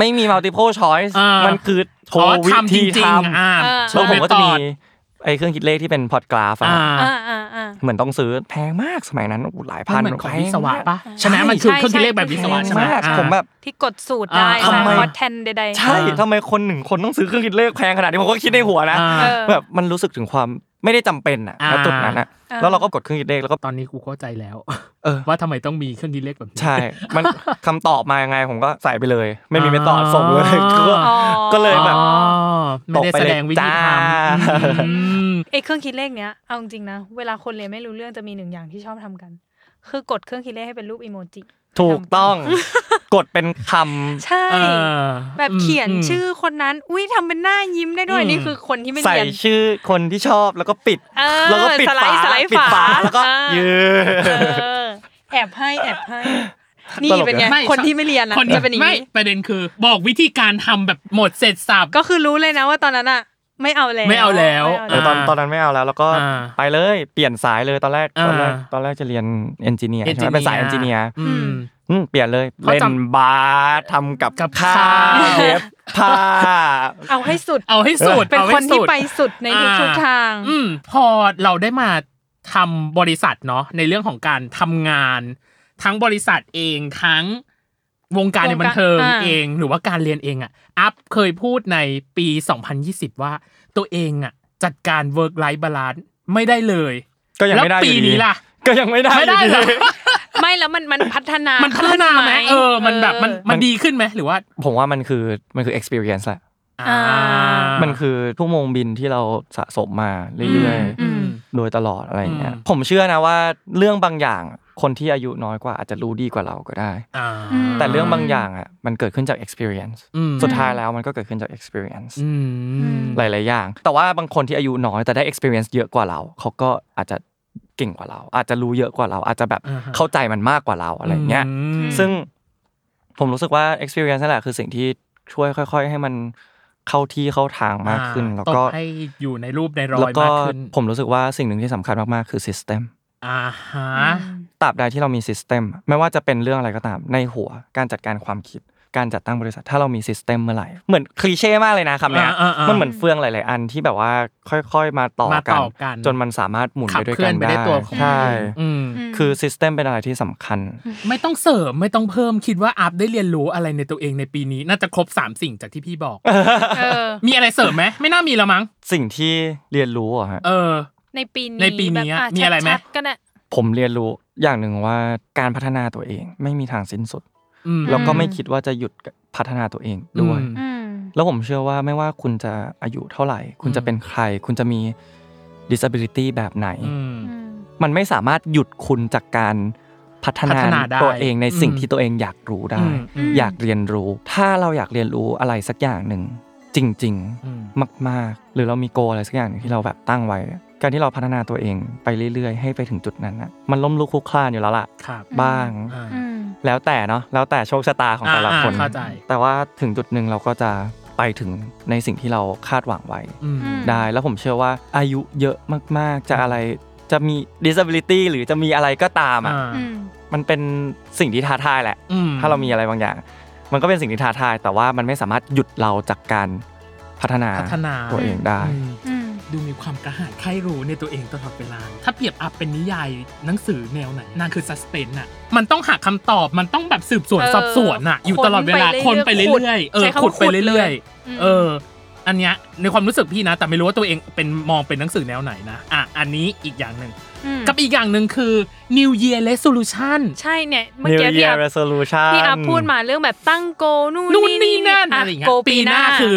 D: ไม่มี multiple choice
B: อ่ามั
D: มันคือโทร
B: อ๋อ
D: วิ
B: ทำจ
D: ธี
B: ริ
D: ท
B: งๆอ่า
C: เออ
D: ำ
B: โชว์
D: แล้วผมก็จะมี
B: เมธอด
D: ไอ้เครื่องคิดเลขที่เป็นพอดกราฟอะ
B: อ่า
C: อ่าอ่าอ่า
D: เหมือนต้องซื้อแพงมากสมัยนั้นโอ้โหหลายพั
B: มัน
D: น
B: เหมือนของวิศวะ
D: แพงมาก
B: ปะใช่ไหมมันคือเครื่องคิดเลขแบบวิศวะ
D: แพ
B: ใช่
D: ง
B: ไหม
D: มาก
B: อ่า
D: ผมแบบ
C: ที่กดสูตรได้
B: อ่า
C: ใช่
D: ทำไม
C: คอสแทนใด
D: ใช่
B: อ่า
D: ทำไมคนหนึ่งคนต้องซื้อเครื่องคิดเลขแพงขนาดนี้ผมก็คิดในหัวนะ
B: อ่า
C: เออ
D: แบบมันรู้สึกถึงความไม่ได้จำเป็นอะ
B: อ่า
D: ณจุดนั้นอะ
C: อ่า
D: แล้วเราก็กดเครื่องคิดเลขแล้วก็
B: ตอนนี้กูเข้าใจแล้ว
D: เออ
B: ว่าทำไมต้องมีเครื่องคิดเลขแบบนี้
D: ใช่ มันคำตอบมายังไงผมก็ใส่ไปเลย ไม่มี
B: อ่า
D: ไม่ตอบส่งเลยก็
C: ๆอ๋อ
D: ก็เลยแบบ
B: อ๋อไม่ได้แสดงวิธีท
D: ตกไปเลยจ้า
B: ำอืม
C: ไอเครื่องคิดเลขเนี้ยเอาจริงๆนะเวลาคนเรียนไม่รู้เรื่องจะมีหนึ่งอย่างที่ชอบทำกัน คือกดเครื่องคิดเลขให้เป็นรูปอีโมจิ
D: ถูกต้อง กดเป็นคำ
C: ใช่
B: เออ
C: แบบเขียน
B: ม
C: ชื่อคนนั้น อุ้ยทำเป็นหน้ายิ้มได้ด้วย
B: อืม
C: นี่คือคนที่ไม่
D: ใส่
C: เรียน
D: ชื่อคนที่ชอบแล้วก็ปิด
C: เออ
D: แล้วก็ปิด
C: สไล
D: ฝา
C: ด์สไลด์
D: ปิดฝา
C: ฝา
D: แล้วก็
C: อ่ายื
D: ยื
C: เอน อแอบให้แอบให้ นี่
D: ตลก
C: เป็นไง
D: นะ
B: ไม่
C: คนที่ไม่เรียนนะ
B: ค
C: จะเป็นอย่าง
B: ไม่
C: นี้
B: ประเด็นคือ บอกวิธีการทำแบบหมดเสร็จสับ
C: ก็คือรู้เลยนะว่าตอนนั้นอ่ะ ไม่เอาแล้ว
B: ไม่เอาแล้ว
C: ไม่เอา
D: เออตอนตอนนั้นไม่เอาแล้ว แล้วก็
B: อ่า
D: ไปเลยเปลี่ยนสายเลยตอนแรกตอนแรก
B: อ่า
D: ตอนแรกจะเรียนเอนจิเนียร์ใช่ไหมเป็นสายเอนจิเนียร์
B: อืม
D: อืมเปลี่ยนเลย
B: เขา
D: เล่น
B: จำ
D: บาสทำกับ
B: กับ
D: ข้า
B: ข้าวว
D: เย็บผ้า
C: เอาให้สุด
B: เอาให้สุด
C: เป็น
B: อาให้
C: คนที่
B: สุด
C: ไปสุดในทุก
B: อ่า
C: ทุกทาง
B: อืมพอเราได้มาทำบริษัทเนาะในเรื่องของการทำงาน ทั้งบริษัทเองทั้งวงการในบันเทิง
C: วงการอ่า
B: เองหรือว่าการเรียนเองอะอัพเคยพูดในปี 2020 ว่าตัวเองอะจัดการ work life balance ไม่ได้เลย
D: ก็ยัง
B: แล้ว
D: ไม่ได้อ
B: ปี
D: ยู่ดี
B: นี้ล่ะ
D: ก็ยังไม่ได้
B: ไม่ได้
D: อยู่
B: เหรอ
C: ไม่แล้วมันมันพัฒนา
B: มั
C: มัน
B: พัฒนาไหมเออ มันแบบมันมันดีขึ้นไหมหรือว่า
D: ผมว่ามันคือมันคือ experience แหละ
B: อ่า
D: มันคือทุ่วโมงบินที่เราสะสมมาเรื่อย
B: อืม
D: ๆ โดยตลอดอะไรอย่างเงี้ย
B: อืม
D: ผมเชื่อนะว่าเรื่องบางอย่างคนที่อายุน้อยกว่าอาจจะรู้ดีกว่าเราก็ได้
B: อ่า
D: แต่เรื่องบางอย่างอ่ะมันเกิดขึ้นจาก experience
B: อืม
D: สุดท้ายแล้วมันก็เกิดขึ้นจาก experience
B: อืม
D: หลายๆอย่าง แต่ว่าบางคนที่อายุน้อยแต่ได้ experience เยอะกว่าเรา เขาก็อาจจะเก่งกว่าเรา อาจจะรู้เยอะกว่าเรา อาจจะแบบ
B: อ่าฮะ
D: เข้าใจมันมากกว่าเราอะไรอย่างเงี้ย
B: อืม
D: ซึ่งผมรู้สึกว่า experience นั่นแหละคือสิ่งที่ช่วยค่อย ๆ ให้มันเข้าที่เข้าทางมากขึ้น
B: อ่
D: แล้วก็
B: ตบให้อยู่ในรูปในรอ
D: แล้ว
B: ย
D: ก็
B: มากขึ้น
D: ผมรู้สึกว่าสิ่งหนึ่งที่สำคัญมากๆคือ system
B: อ่าฮะ
D: ตราบใดที่เรามี system ไม่ว่าจะเป็นเรื่องอะไรก็ตามในหัว การจัดการความคิด การจัดตั้งบริษัทถ้าเรามี system เมื่อไหร่เหมือนคลีเช่มากเลยนะคำเนี้ย
B: อ่าอ่าอ่ามั
D: มันเหมือนเฟืองหลาย ๆ อันที่แบบว่าค่อย ๆ มาต่อ
B: มา
D: กั
B: ต่
D: น
B: อกัน
D: จนมันสามารถหมุน
B: ขับ
D: ไปด้วย
B: เคลื่
D: กั
B: อน นไป
D: ได้
B: ได้ตัวของ
D: ใช่
B: อืม
D: คือ system เป็นอะไรที่สำคัญ
B: ไม่ต้องเสริมไม่ต้องเพิ่มคิดว่าอัพได้เรียนรู้อะไรในตัวเองในปีนี้ น่าจะครบสามสิ่งจากที่พี่บอก
C: เออ
B: มีอะไรเสริมไหมไม่น่ามีแล้วมั้ง
D: สิ่งที่เรียนรู้อะฮะ
B: เออ
C: ในปีนี้
B: ในปีนี้อะ
C: แบบ
B: มีอะไรไหม
C: ชัดๆก็ได้
D: ผมเรียนรู้อย่างหนึ่งว่าการพัฒนาตัวเองไม่มีทางสิ้นสุด
B: อืม
D: แล้วก็ไม่คิดว่าจะหยุดพัฒนาตัวเองด้วย
B: อืม
C: อืม
D: แล้วผมเชื่อว่าไม่ว่าคุณจะอายุเท่าไหร่ คุณจะเป็นใคร คุณจะมี disability แบบไหน
B: อืม
C: อืม
D: มันไม่สามารถหยุดคุณจากการพัฒนา
B: พัฒนาได้
D: ตัวเองในสิ่ง
B: อืม
D: ที่ตัวเองอยากรู้ได้
B: อืมอืม
D: อยากเรียนรู้ ถ้าเราอยากเรียนรู้อะไรสักอย่างหนึ่ง จริง
B: อืม
D: ๆ มาก ๆ หรือเรามีโกอะไรสักอย่างหนึ่งที่เราแบบตั้งไว้ การที่เราพัฒนาตัวเองไปเรื่อย ๆ ให้ไปถึงจุดนั้นนะมันล้มลุกคลุกคลานอยู่แล้วล่ะ
B: ครับ
D: บ้าง
B: อ่า
C: อืม
D: แล้วแต่เนาะแล้วแต่โชคชะตาของแต่ละ
B: อ่า
D: คน
B: เข้าใจ
D: แต่ว่าถึงจุดหนึ่งเราก็จะไปถึงในสิ่งที่เราคาดหวังไว้
B: อืม
D: ได้ แล้วผมเชื่อว่าอายุเยอะมากๆ จะอะไรจะมี disability หรือจะมีอะไรก็ตามอ่ะ
C: อืม
D: มันเป็นสิ่งที่ท้าทายแหละ
B: อืม
D: ถ้าเรามีอะไรบางอย่าง มันก็เป็นสิ่งที่ท้าทาย แต่ว่ามันไม่สามารถหยุดเราจากการพัฒนา
B: พัฒนา
D: ตัวเองได้
B: อืม
C: อืม
B: ดูมีความกระหายใคร่รู้ในตัวเองตลอดเวลา ถ้าเปรียบอัพเป็นนิยายหนังสือแนวไหนนางคือซัสเปนน่ะ มันต้องหาคำตอบ มันต้องแบบสืบสวน
C: เออ
B: สอบสวนน่ะ อยู่ตลอดเวลา
C: ค้
B: คน
C: น
B: ไป
C: ไปเรื่
B: เรื่อ
C: อย ย
B: ๆ
C: ๆ
B: เออ
C: ใช้คำว่า
B: ขุดไป
C: ขุด
B: เรื่อย
C: อืม
B: ๆ เออ อันเนี้ย ในความรู้สึกพี่นะ แต่ไม่รู้ว่าตัวเองเป็นมองเป็นหนังสือแนวไหนนะ อ่ะ อันนี้อีกอย่างหนึ่ง
C: อืม
B: กับอีกอย่างหนึ่งคือ New Year Resolution
C: ใช่เนี่ย เมื่อ
D: New
C: กี้พี่
D: Year
C: อัพ
D: Resolution
C: พี่อัพพูดมาเรื่องแบบตั้งโกลนู่น
B: นู่นนี่นั่นอะไรอย่างเงี้ย
C: โกล
B: ปี
C: ปี
B: ห
C: ห
B: น้า
C: น้า
B: คือ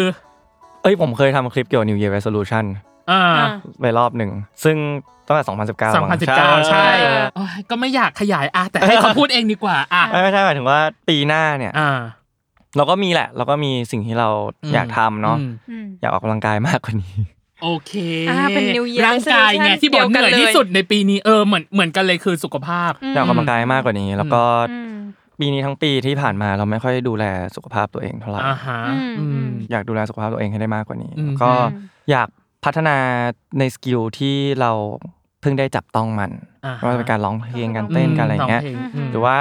D: เอ้ยผมเคยทำคลิปเกี่ยวกับ New Year Resolution
B: อ่า
C: อ่า
D: ไปรอบหนึ่ง ซึ่งตั้งแต่ 2019
B: สองพันสิบเก้าใช่
C: เออ
B: โอ้ยก็ไม่อยากขยายอ่ะแต่ให้เขาพูดเองดีกว่า อ่ะ
D: ไม่ไม่ใช่หมายถึงว่าปีหน้าเนี่ย
B: อ่า
D: เราก็มีแหละ เราก็มีสิ่งที่เรา
B: อืม
D: อยากทำเนาะ
B: อืม
C: อืม
D: อยากออกกำลังกายมากกว่านี้
B: โอเค
C: อ่าเป็น New Year
B: ร่างกายไง
C: resolution
B: ที่บอกเหนื่อยที่
C: เดียวกันเลย
B: สุดในปีนี้เออเหมือนเหมือนกันเลยคือสุขภาพ
D: อยากออกกำลังกายมากกว่านี้ แล้วก็
C: อืม
D: ปีนี้ทั้งปีที่ผ่านมาเราไม่ค่อยดูแลสุขภาพตัวเองเท่าไหร่
B: อ่าฮะ
C: อืม
B: อืม
D: อยากดูแลสุขภาพตัวเองให้ได้มากกว่านี้
B: อืม
D: แล้วก็อยากพัฒนาในสกิลที่เราเพิ่งได้จับต้องมัน
B: อ่า
D: ไม่ว่าจะเป็นการร้องเพลงการเต้นการอะไรอย่างเงี้ย
B: ลพล
C: อืม
D: หรือว่า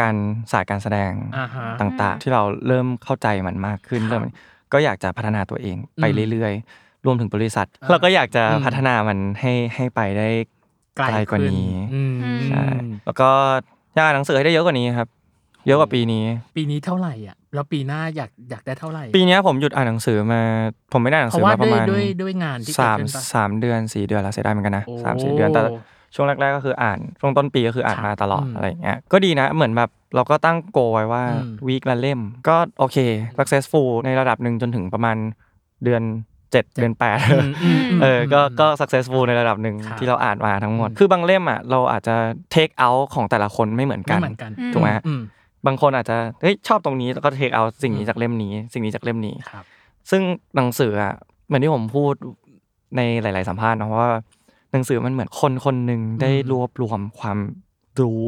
D: การสายการแสดง
B: อ่าฮะ
D: ต่างๆ ที่เราเริ่มเข้าใจมันมากขึ้นเริ่มก็อยากจะพัฒนาตัวเองไปเรื่อยๆ รวมถึงบริษัท เราก็อยากจะ
B: อืม
D: พัฒนามันให้ให้ไปได้ไกลกว่า
B: ขึ้
D: นี้
B: อืม
D: ใช่แล้วก็อยากอ่านหนังสือให้ได้เยอะกว่านี้ครับ เยอะกว่าปีนี้
B: ปีนี้เท่าไหร่อ่ะ แล้วปีหน้าอยากอยากได้เท่าไหร่
D: ปีเนี้ยผมหยุดอ่านหนังสือมา ผมไม่ได้อ่านหนัง
B: เพราะ
D: สือ
B: ว่า
D: มาป
B: ด้
D: ระ
B: วย
D: มาณ
B: ด้วยด้วยงานที่เกิด
D: สาม
B: ขึ้นปะ
D: สามเดือนสี่เดือนละเสียดายเหมือนกันนะ
B: โอ้
D: สามสี่เดือนแต่ช่วงแรก ๆ ก็คืออ่านช่วงต้นปีก็คืออ่าน
B: ครับ
D: มาตลอด
B: อืม
D: อะไรอย่างเงี้ยก็ดีนะเหมือนแบบเราก็ตั้งโกไว้ว่า
B: อืม
D: วีคละเล่ม ก็โอเค successful ในระดับหนึ่งจนถึงประมาณเดือนเจ็ดเดือนแปด
B: อืมอืมม
D: เออ ก็ ก็ successful ในระดับหนึ่ง
B: ครับ
D: ที่เราอ่านมาทั้งหมด
B: อืม
D: คือบางเล่มอ่ะ เราอาจจะ take out ของแต่ละคนไม่เหมือน
B: ไม่
D: กัน
B: เหมือนกัน
D: ถูกไหมฮะ
B: อืม
D: บางคนอาจจะ เฮ้ย ชอบตรงนี้ แล้วก็ take out สิ่ง
B: อื
D: นี้
B: ม
D: จากเล่มนี้ สิ่งนี้จากเล่มนี้
B: ครับ
D: ซึ่งหนังสืออ่ะ เหมือนที่ผมพูดในหลาย ๆ สัมภาษณ์เนอะว่า หนังสือมันเหมือนคนคนหนึ่งได้
B: อืม
D: รวบรวมความรู้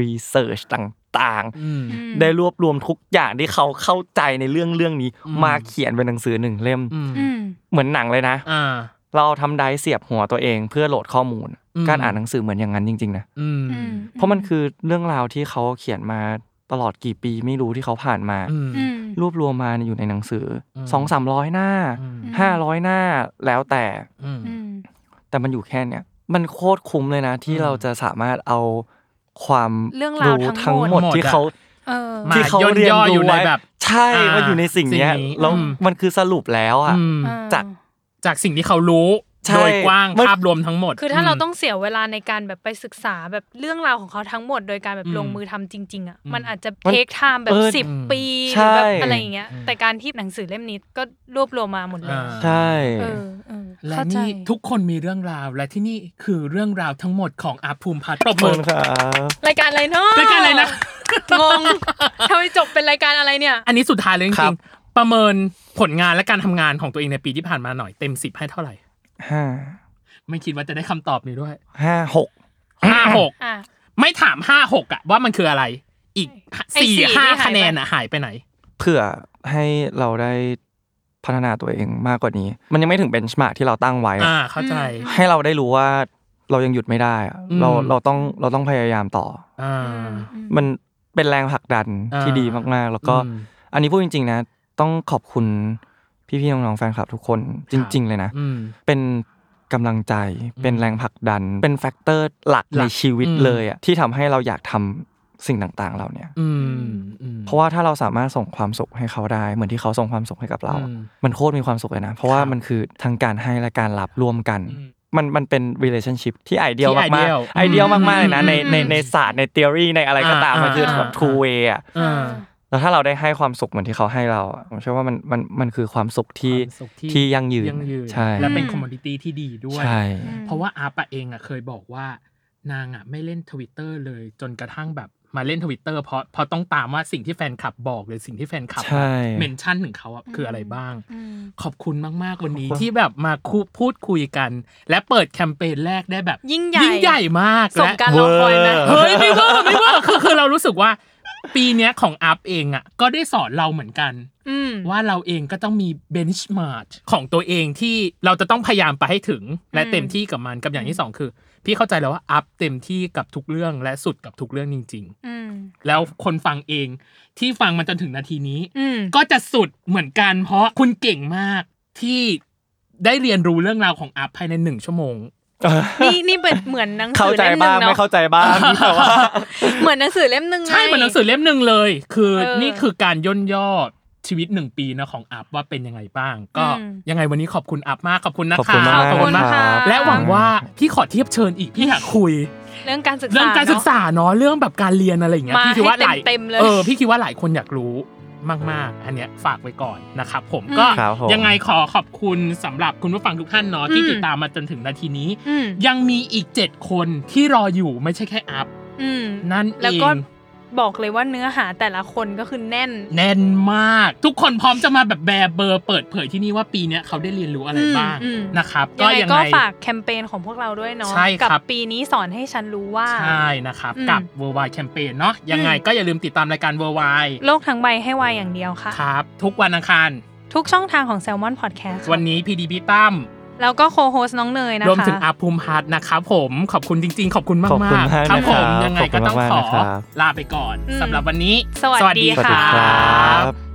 D: research ต่าง
B: อืม
D: ๆ ได้รวบรวมทุกอย่างที่เขาเข้าใจในเรื่องเรื่องนี้
B: อืม
D: มาเขียนเป็นหนังสือหนึ่งเล่ม
B: อืม
C: อืม
D: เหมือนหนังเลยนะ
B: อ่า
D: เราทำไดร์เสียบหัวตัวเองเพื่อโหลดข้อมูล
B: อืม
D: การอ่านหนังสือเหมือนอย่างนั้นจริงๆนะ
B: อืม
C: อืม
D: เพราะมันคือเรื่องราวที่เขาเขียนมาตลอดกี่ปีไม่รู้ที่เขาผ่านมา
B: อืม
C: อืม
D: รวบรวมมาอยู่ในหนังสืออ
B: ม
D: สองสามร้อยหน้า
B: อืม
D: ห้าร้อยหน้าแล้วแต่
B: อืม
C: อืม
D: แต่มันอยู่แค่เนี้ยมันโคตรคุ้มเลยนะ ที่
B: อืม
D: เราจะสามารถเอาความ
C: เรื่องราวทั้
D: ทั้ง
C: ง
D: ห
C: ห
D: ม
C: ม
D: ด
C: ด
D: ที่
B: หมดอะ
D: เขา
C: เออ
B: มา
D: ที่เขาเรียน
B: ย่นๆอยู่
D: รู้
B: ใน
D: ไว้
B: แบบ
D: ใช่
B: อ่ามั
D: มันอยู่ในสิ่งเนี้ย
B: สิ่งนี้
D: แล้ว
B: อืม
D: มันคือสรุปแล้วอ่ะ
B: อืม
C: อ่า
D: จาก
B: จากสิ่งที่เขารู้
D: ใช่
B: โดยกว้าง
D: มัน
B: ภาพรวมทั้งหมด
C: คือถ้าเราต้องเสียเวลาในการแบบไปศึกษาแบบเรื่องราวของเขาทั้งหมด โดยการแบบ
B: อืม
C: ลงมือทำจริง ๆอ่ะ
B: อืม
C: มันอาจจะ
D: มัน
C: เทคไทม์แบ
D: เอบ อ
C: สิบ
B: อืม
C: ปีห
D: ใช่
C: รือแบบอะไรอย่างเงี้ย แต่การที่หนังสือเล่มนี้ก็รวบรวมมาหมดเลย
B: อ่า
D: ใช่
C: เออเออ
B: และ
C: เข้าใจ
B: นี่ทุกคนมีเรื่องราวและที่นี่คือเรื่องราวทั้งหมดของอาภูมิพัฒน์ปรบ
D: ขอ
B: มื
D: บ
B: อ
D: คุณครับ
C: รายการอะไรเนาะ
B: รายการอะไรนะ
C: งงทำไมจบเป็นรายการอะไรเนี่ย
B: อันนี้สุดท้ายเลยจ
D: ครั
B: ริ
D: บ
B: งๆประเมินผลงานและการทำงานของตัวเองในปีที่ผ่านมาหน่อยเต็มสิบให้เท่าไหร่
D: ห้า
B: ไม่คิดว่าจะได้คำตอบนี้ด้วย
D: ห้าหก
B: ห้าหก
C: อ่ะ
B: ไม่ถามห้าหกอะว่ามันคืออะไร อีก
C: ไอ้
B: สี่
C: สี่นี่
B: ห้า
C: หายไป
B: คะแนนอะหายไปไหน
D: เพื่อให้เราได้พัฒนาตัวเองมากกว่านี้ มันยังไม่ถึงเบนช์มาร์กที่เราตั้งไว้อะ
B: อ่าเข้าใจ
D: ให้เราได้รู้ว่าเรายังหยุดไม่ได้อะ
B: อืม
D: เราเราต้องเราต้องพยายามต่อ
B: อ่า
C: อืม
D: อมันเป็นแรงผลักดันที่
B: อ่า
D: ดีมากๆ แล้วก็
B: อืม
D: อันนี้พูดจริง ๆ นะ ต้องขอบคุณพี่ๆน้องๆแฟนคลับทุกคนจริง ๆ เลยนะ
B: อืม
D: เป็นกำลังใจเป็นแรงผลักดัน เป็นแฟกเตอร์หลัก
B: หลั
D: ใน
B: ก
D: ชีวิต
B: อืม
D: เลยอะที่ทำให้เราอยากทำสิ่งต่างๆ เราเนี่ย
B: อืมอืม
D: เพราะว่าถ้าเราสามารถส่งความสุขให้เขาได้ เหมือนที่เขาส่งความสุขให้กับเรา
B: อืม
D: มันโคตรมีความสุขเลยนะ เพราะว่า
B: ครับ
D: มันคือทางการให้และการรับร่วมกัน
B: อืม
D: มันมันเป็น relationship ที่ไอเดีย
B: ที่
D: มาก
B: ideal
D: ๆไอเดียมากๆเลยนะในในในศาสตร์ใน theory ในอะไรก็ตาม
B: อ่ามั
D: มันคือ
B: อ่า
D: แบบ two way อ่ะ
B: เออ
D: แล้วถ้าเราได้ให้ความสุขเหมือนที่เขาให้เราอะผมเชื่อว่ามันมันมันคือความสุขที่
B: ความสุขที่
D: ที่ยั่งยืน
B: ยังยืน
D: ใช่
B: และเป็นคอมมูนิตี้ที่ดีด้วย
D: ใช่
B: เพราะว่าอาปะเองอ่ะเคยบอกว่านางอ่ะไม่เล่นทวิตเตอร์เลยจนกระทั่งแบบมาเล่นทวิตเตอร์เพราะเพราะต้องตามว่าสิ่งที่แฟนคลับบอกหรือสิ่งที่แฟนคลับ
D: ใช่
B: เมนชั่นถึงเขาอ่ะคืออะไรบ้าง
C: อืม
B: ขอบคุณมาก ๆ วันนี้ที่แบบมาคุพูดคุยกัน และเปิดแคมเปญแรกได้แบบ
C: ยิ่งใหญ่
B: ยิ่งใหญ่มาก
C: สม
B: และ
C: การรอคอยไหม
D: เวอร์
B: เฮ้ยไม่เวอร์ไม่เวอร์คือคือเรารู้สึกว่า ปีเนี้ยของอัพเองอ่ะก็ได้สอนเราเหมือนกัน
C: อืม
B: ว่าเราเองก็ต้องมีเบนช์มาร์ของตัวเองที่เราจะต้องพยายามไปให้ถึงและ
C: อืม
B: เต็มที่กับมันกับอย่างที่สองคือ พี่เข้าใจแล้วว่าอัพเต็มที่กับทุกเรื่องและสุดกับทุกเรื่องจริง
C: อืม
B: ๆ แล้วคนฟังเองที่ฟังมันจนถึงนาทีนี้
C: อืม
B: ก็จะสุดเหมือนกัน เพราะคุณเก่งมากที่ได้เรียนรู้เรื่องราวของอัพภายในหนึ่งชั่วโมง
C: นี่นี่เป็นเหมือนหนังสื
D: เข้า
C: อ
D: ใจ
C: เล่มหนึ่
D: บ้าง ง
C: เนาะ
D: ไม่เข้าใจบ้างแต่ว่า
C: เหมือนหนังสือเล่มหนึ่งไ
B: ใช่เหมือนหนังสือเล่มหนึ่งเลย คือ
C: เออ
B: นี่คือการย่นย่อชีวิตหนึ่งปีนะของอัพว่าเป็นยังไงบ้าง ก็
C: อืม
B: ยังไงวันนี้ขอบคุณอัพม ากขอบคุณนะ
D: ขอบ
B: คะ
D: คุณมาก
C: ขอบคุณ
D: นะ
C: ค่ะ
D: รับ
B: และหวังว่าพี่ขอเทียบเชิญอีกพี่อยากคุย
C: เรื่องการศึกษา
B: เรื่องการศึก
C: เนอะ
B: ษาเนาะเรื่องแบบการเรียนอะไรอย่างเงี้ย
C: มา
B: พี่คิดว่าหลาย
C: ให้เต็มๆเลย
B: เออพี่คิดว่าหลายคนอยากรู้มาก ๆ อันเนี้ยฝากไว้ก่อนนะครับผม
C: อืม
B: ก็
D: ครับผม
B: ยังไงขอขอบคุณสำหรับคุณผู้ฟังทุกท่านเนาะที่
C: อืม
B: ติดตามมาจนถึงนาทีนี้
C: อืม
B: ยังมีอีก 7 คนที่รออยู่ไม่ใช่แค่อัพ
C: อืม
B: นั่นเอง
C: แล้วก็บอกเลยว่าเนื้อหาแต่ละคนก็คือแน่น
B: แน่นมาก ทุกคนพร้อมจะมาแบบแบร์เบอร์เปิดเผยที่นี่ว่าปีเนี้ยเขาได้เรียนรู้อะไรบ้าง
C: อืมอืม
B: นะครับ
C: ยั
B: ก็
C: งไง
B: ยัง
C: ก็
B: ไง
C: ฝากแคมเปญของพวกเราด้วยเนาะ
B: ใช่
C: กั
B: ครับ
C: ปีนี้สอนให้ฉันรู้ว่า
B: ใช่นะครับ
C: อืม
B: กับ Worldwide Campaign เนาะยังไง
C: อืม
B: ก็อย่าลืมติดตามรายการ Worldwide
C: โลกทั้งใบให้วายอย่างเดียวค่ะ
B: ครับ ทุกวันอังคาร
C: ทุกช่องทางของ Salmon Podcast ค่ะ
B: วันนี้พีดีพี่ตั้ม
C: แล้วก็โคโฮสน้องเนยนะคะ
B: รวมถึงอาภูมิพัฒน์นะครับผมขอบคุณจริง ๆ ขอบคุณมาก
D: ขอบคุณมาก
B: ครับ
D: นะ
B: ผ
D: ครั
B: ม
D: บ
B: ยังไงก็ต้อง
D: ขอบ
B: ข
D: คุ
B: อ
D: ณมากๆนะครับ
B: ลาไปก่อน
C: อืม
B: สำหรับวันนี้
C: สวัสดี
D: สวัสดี
C: ค่ะ
D: ครับ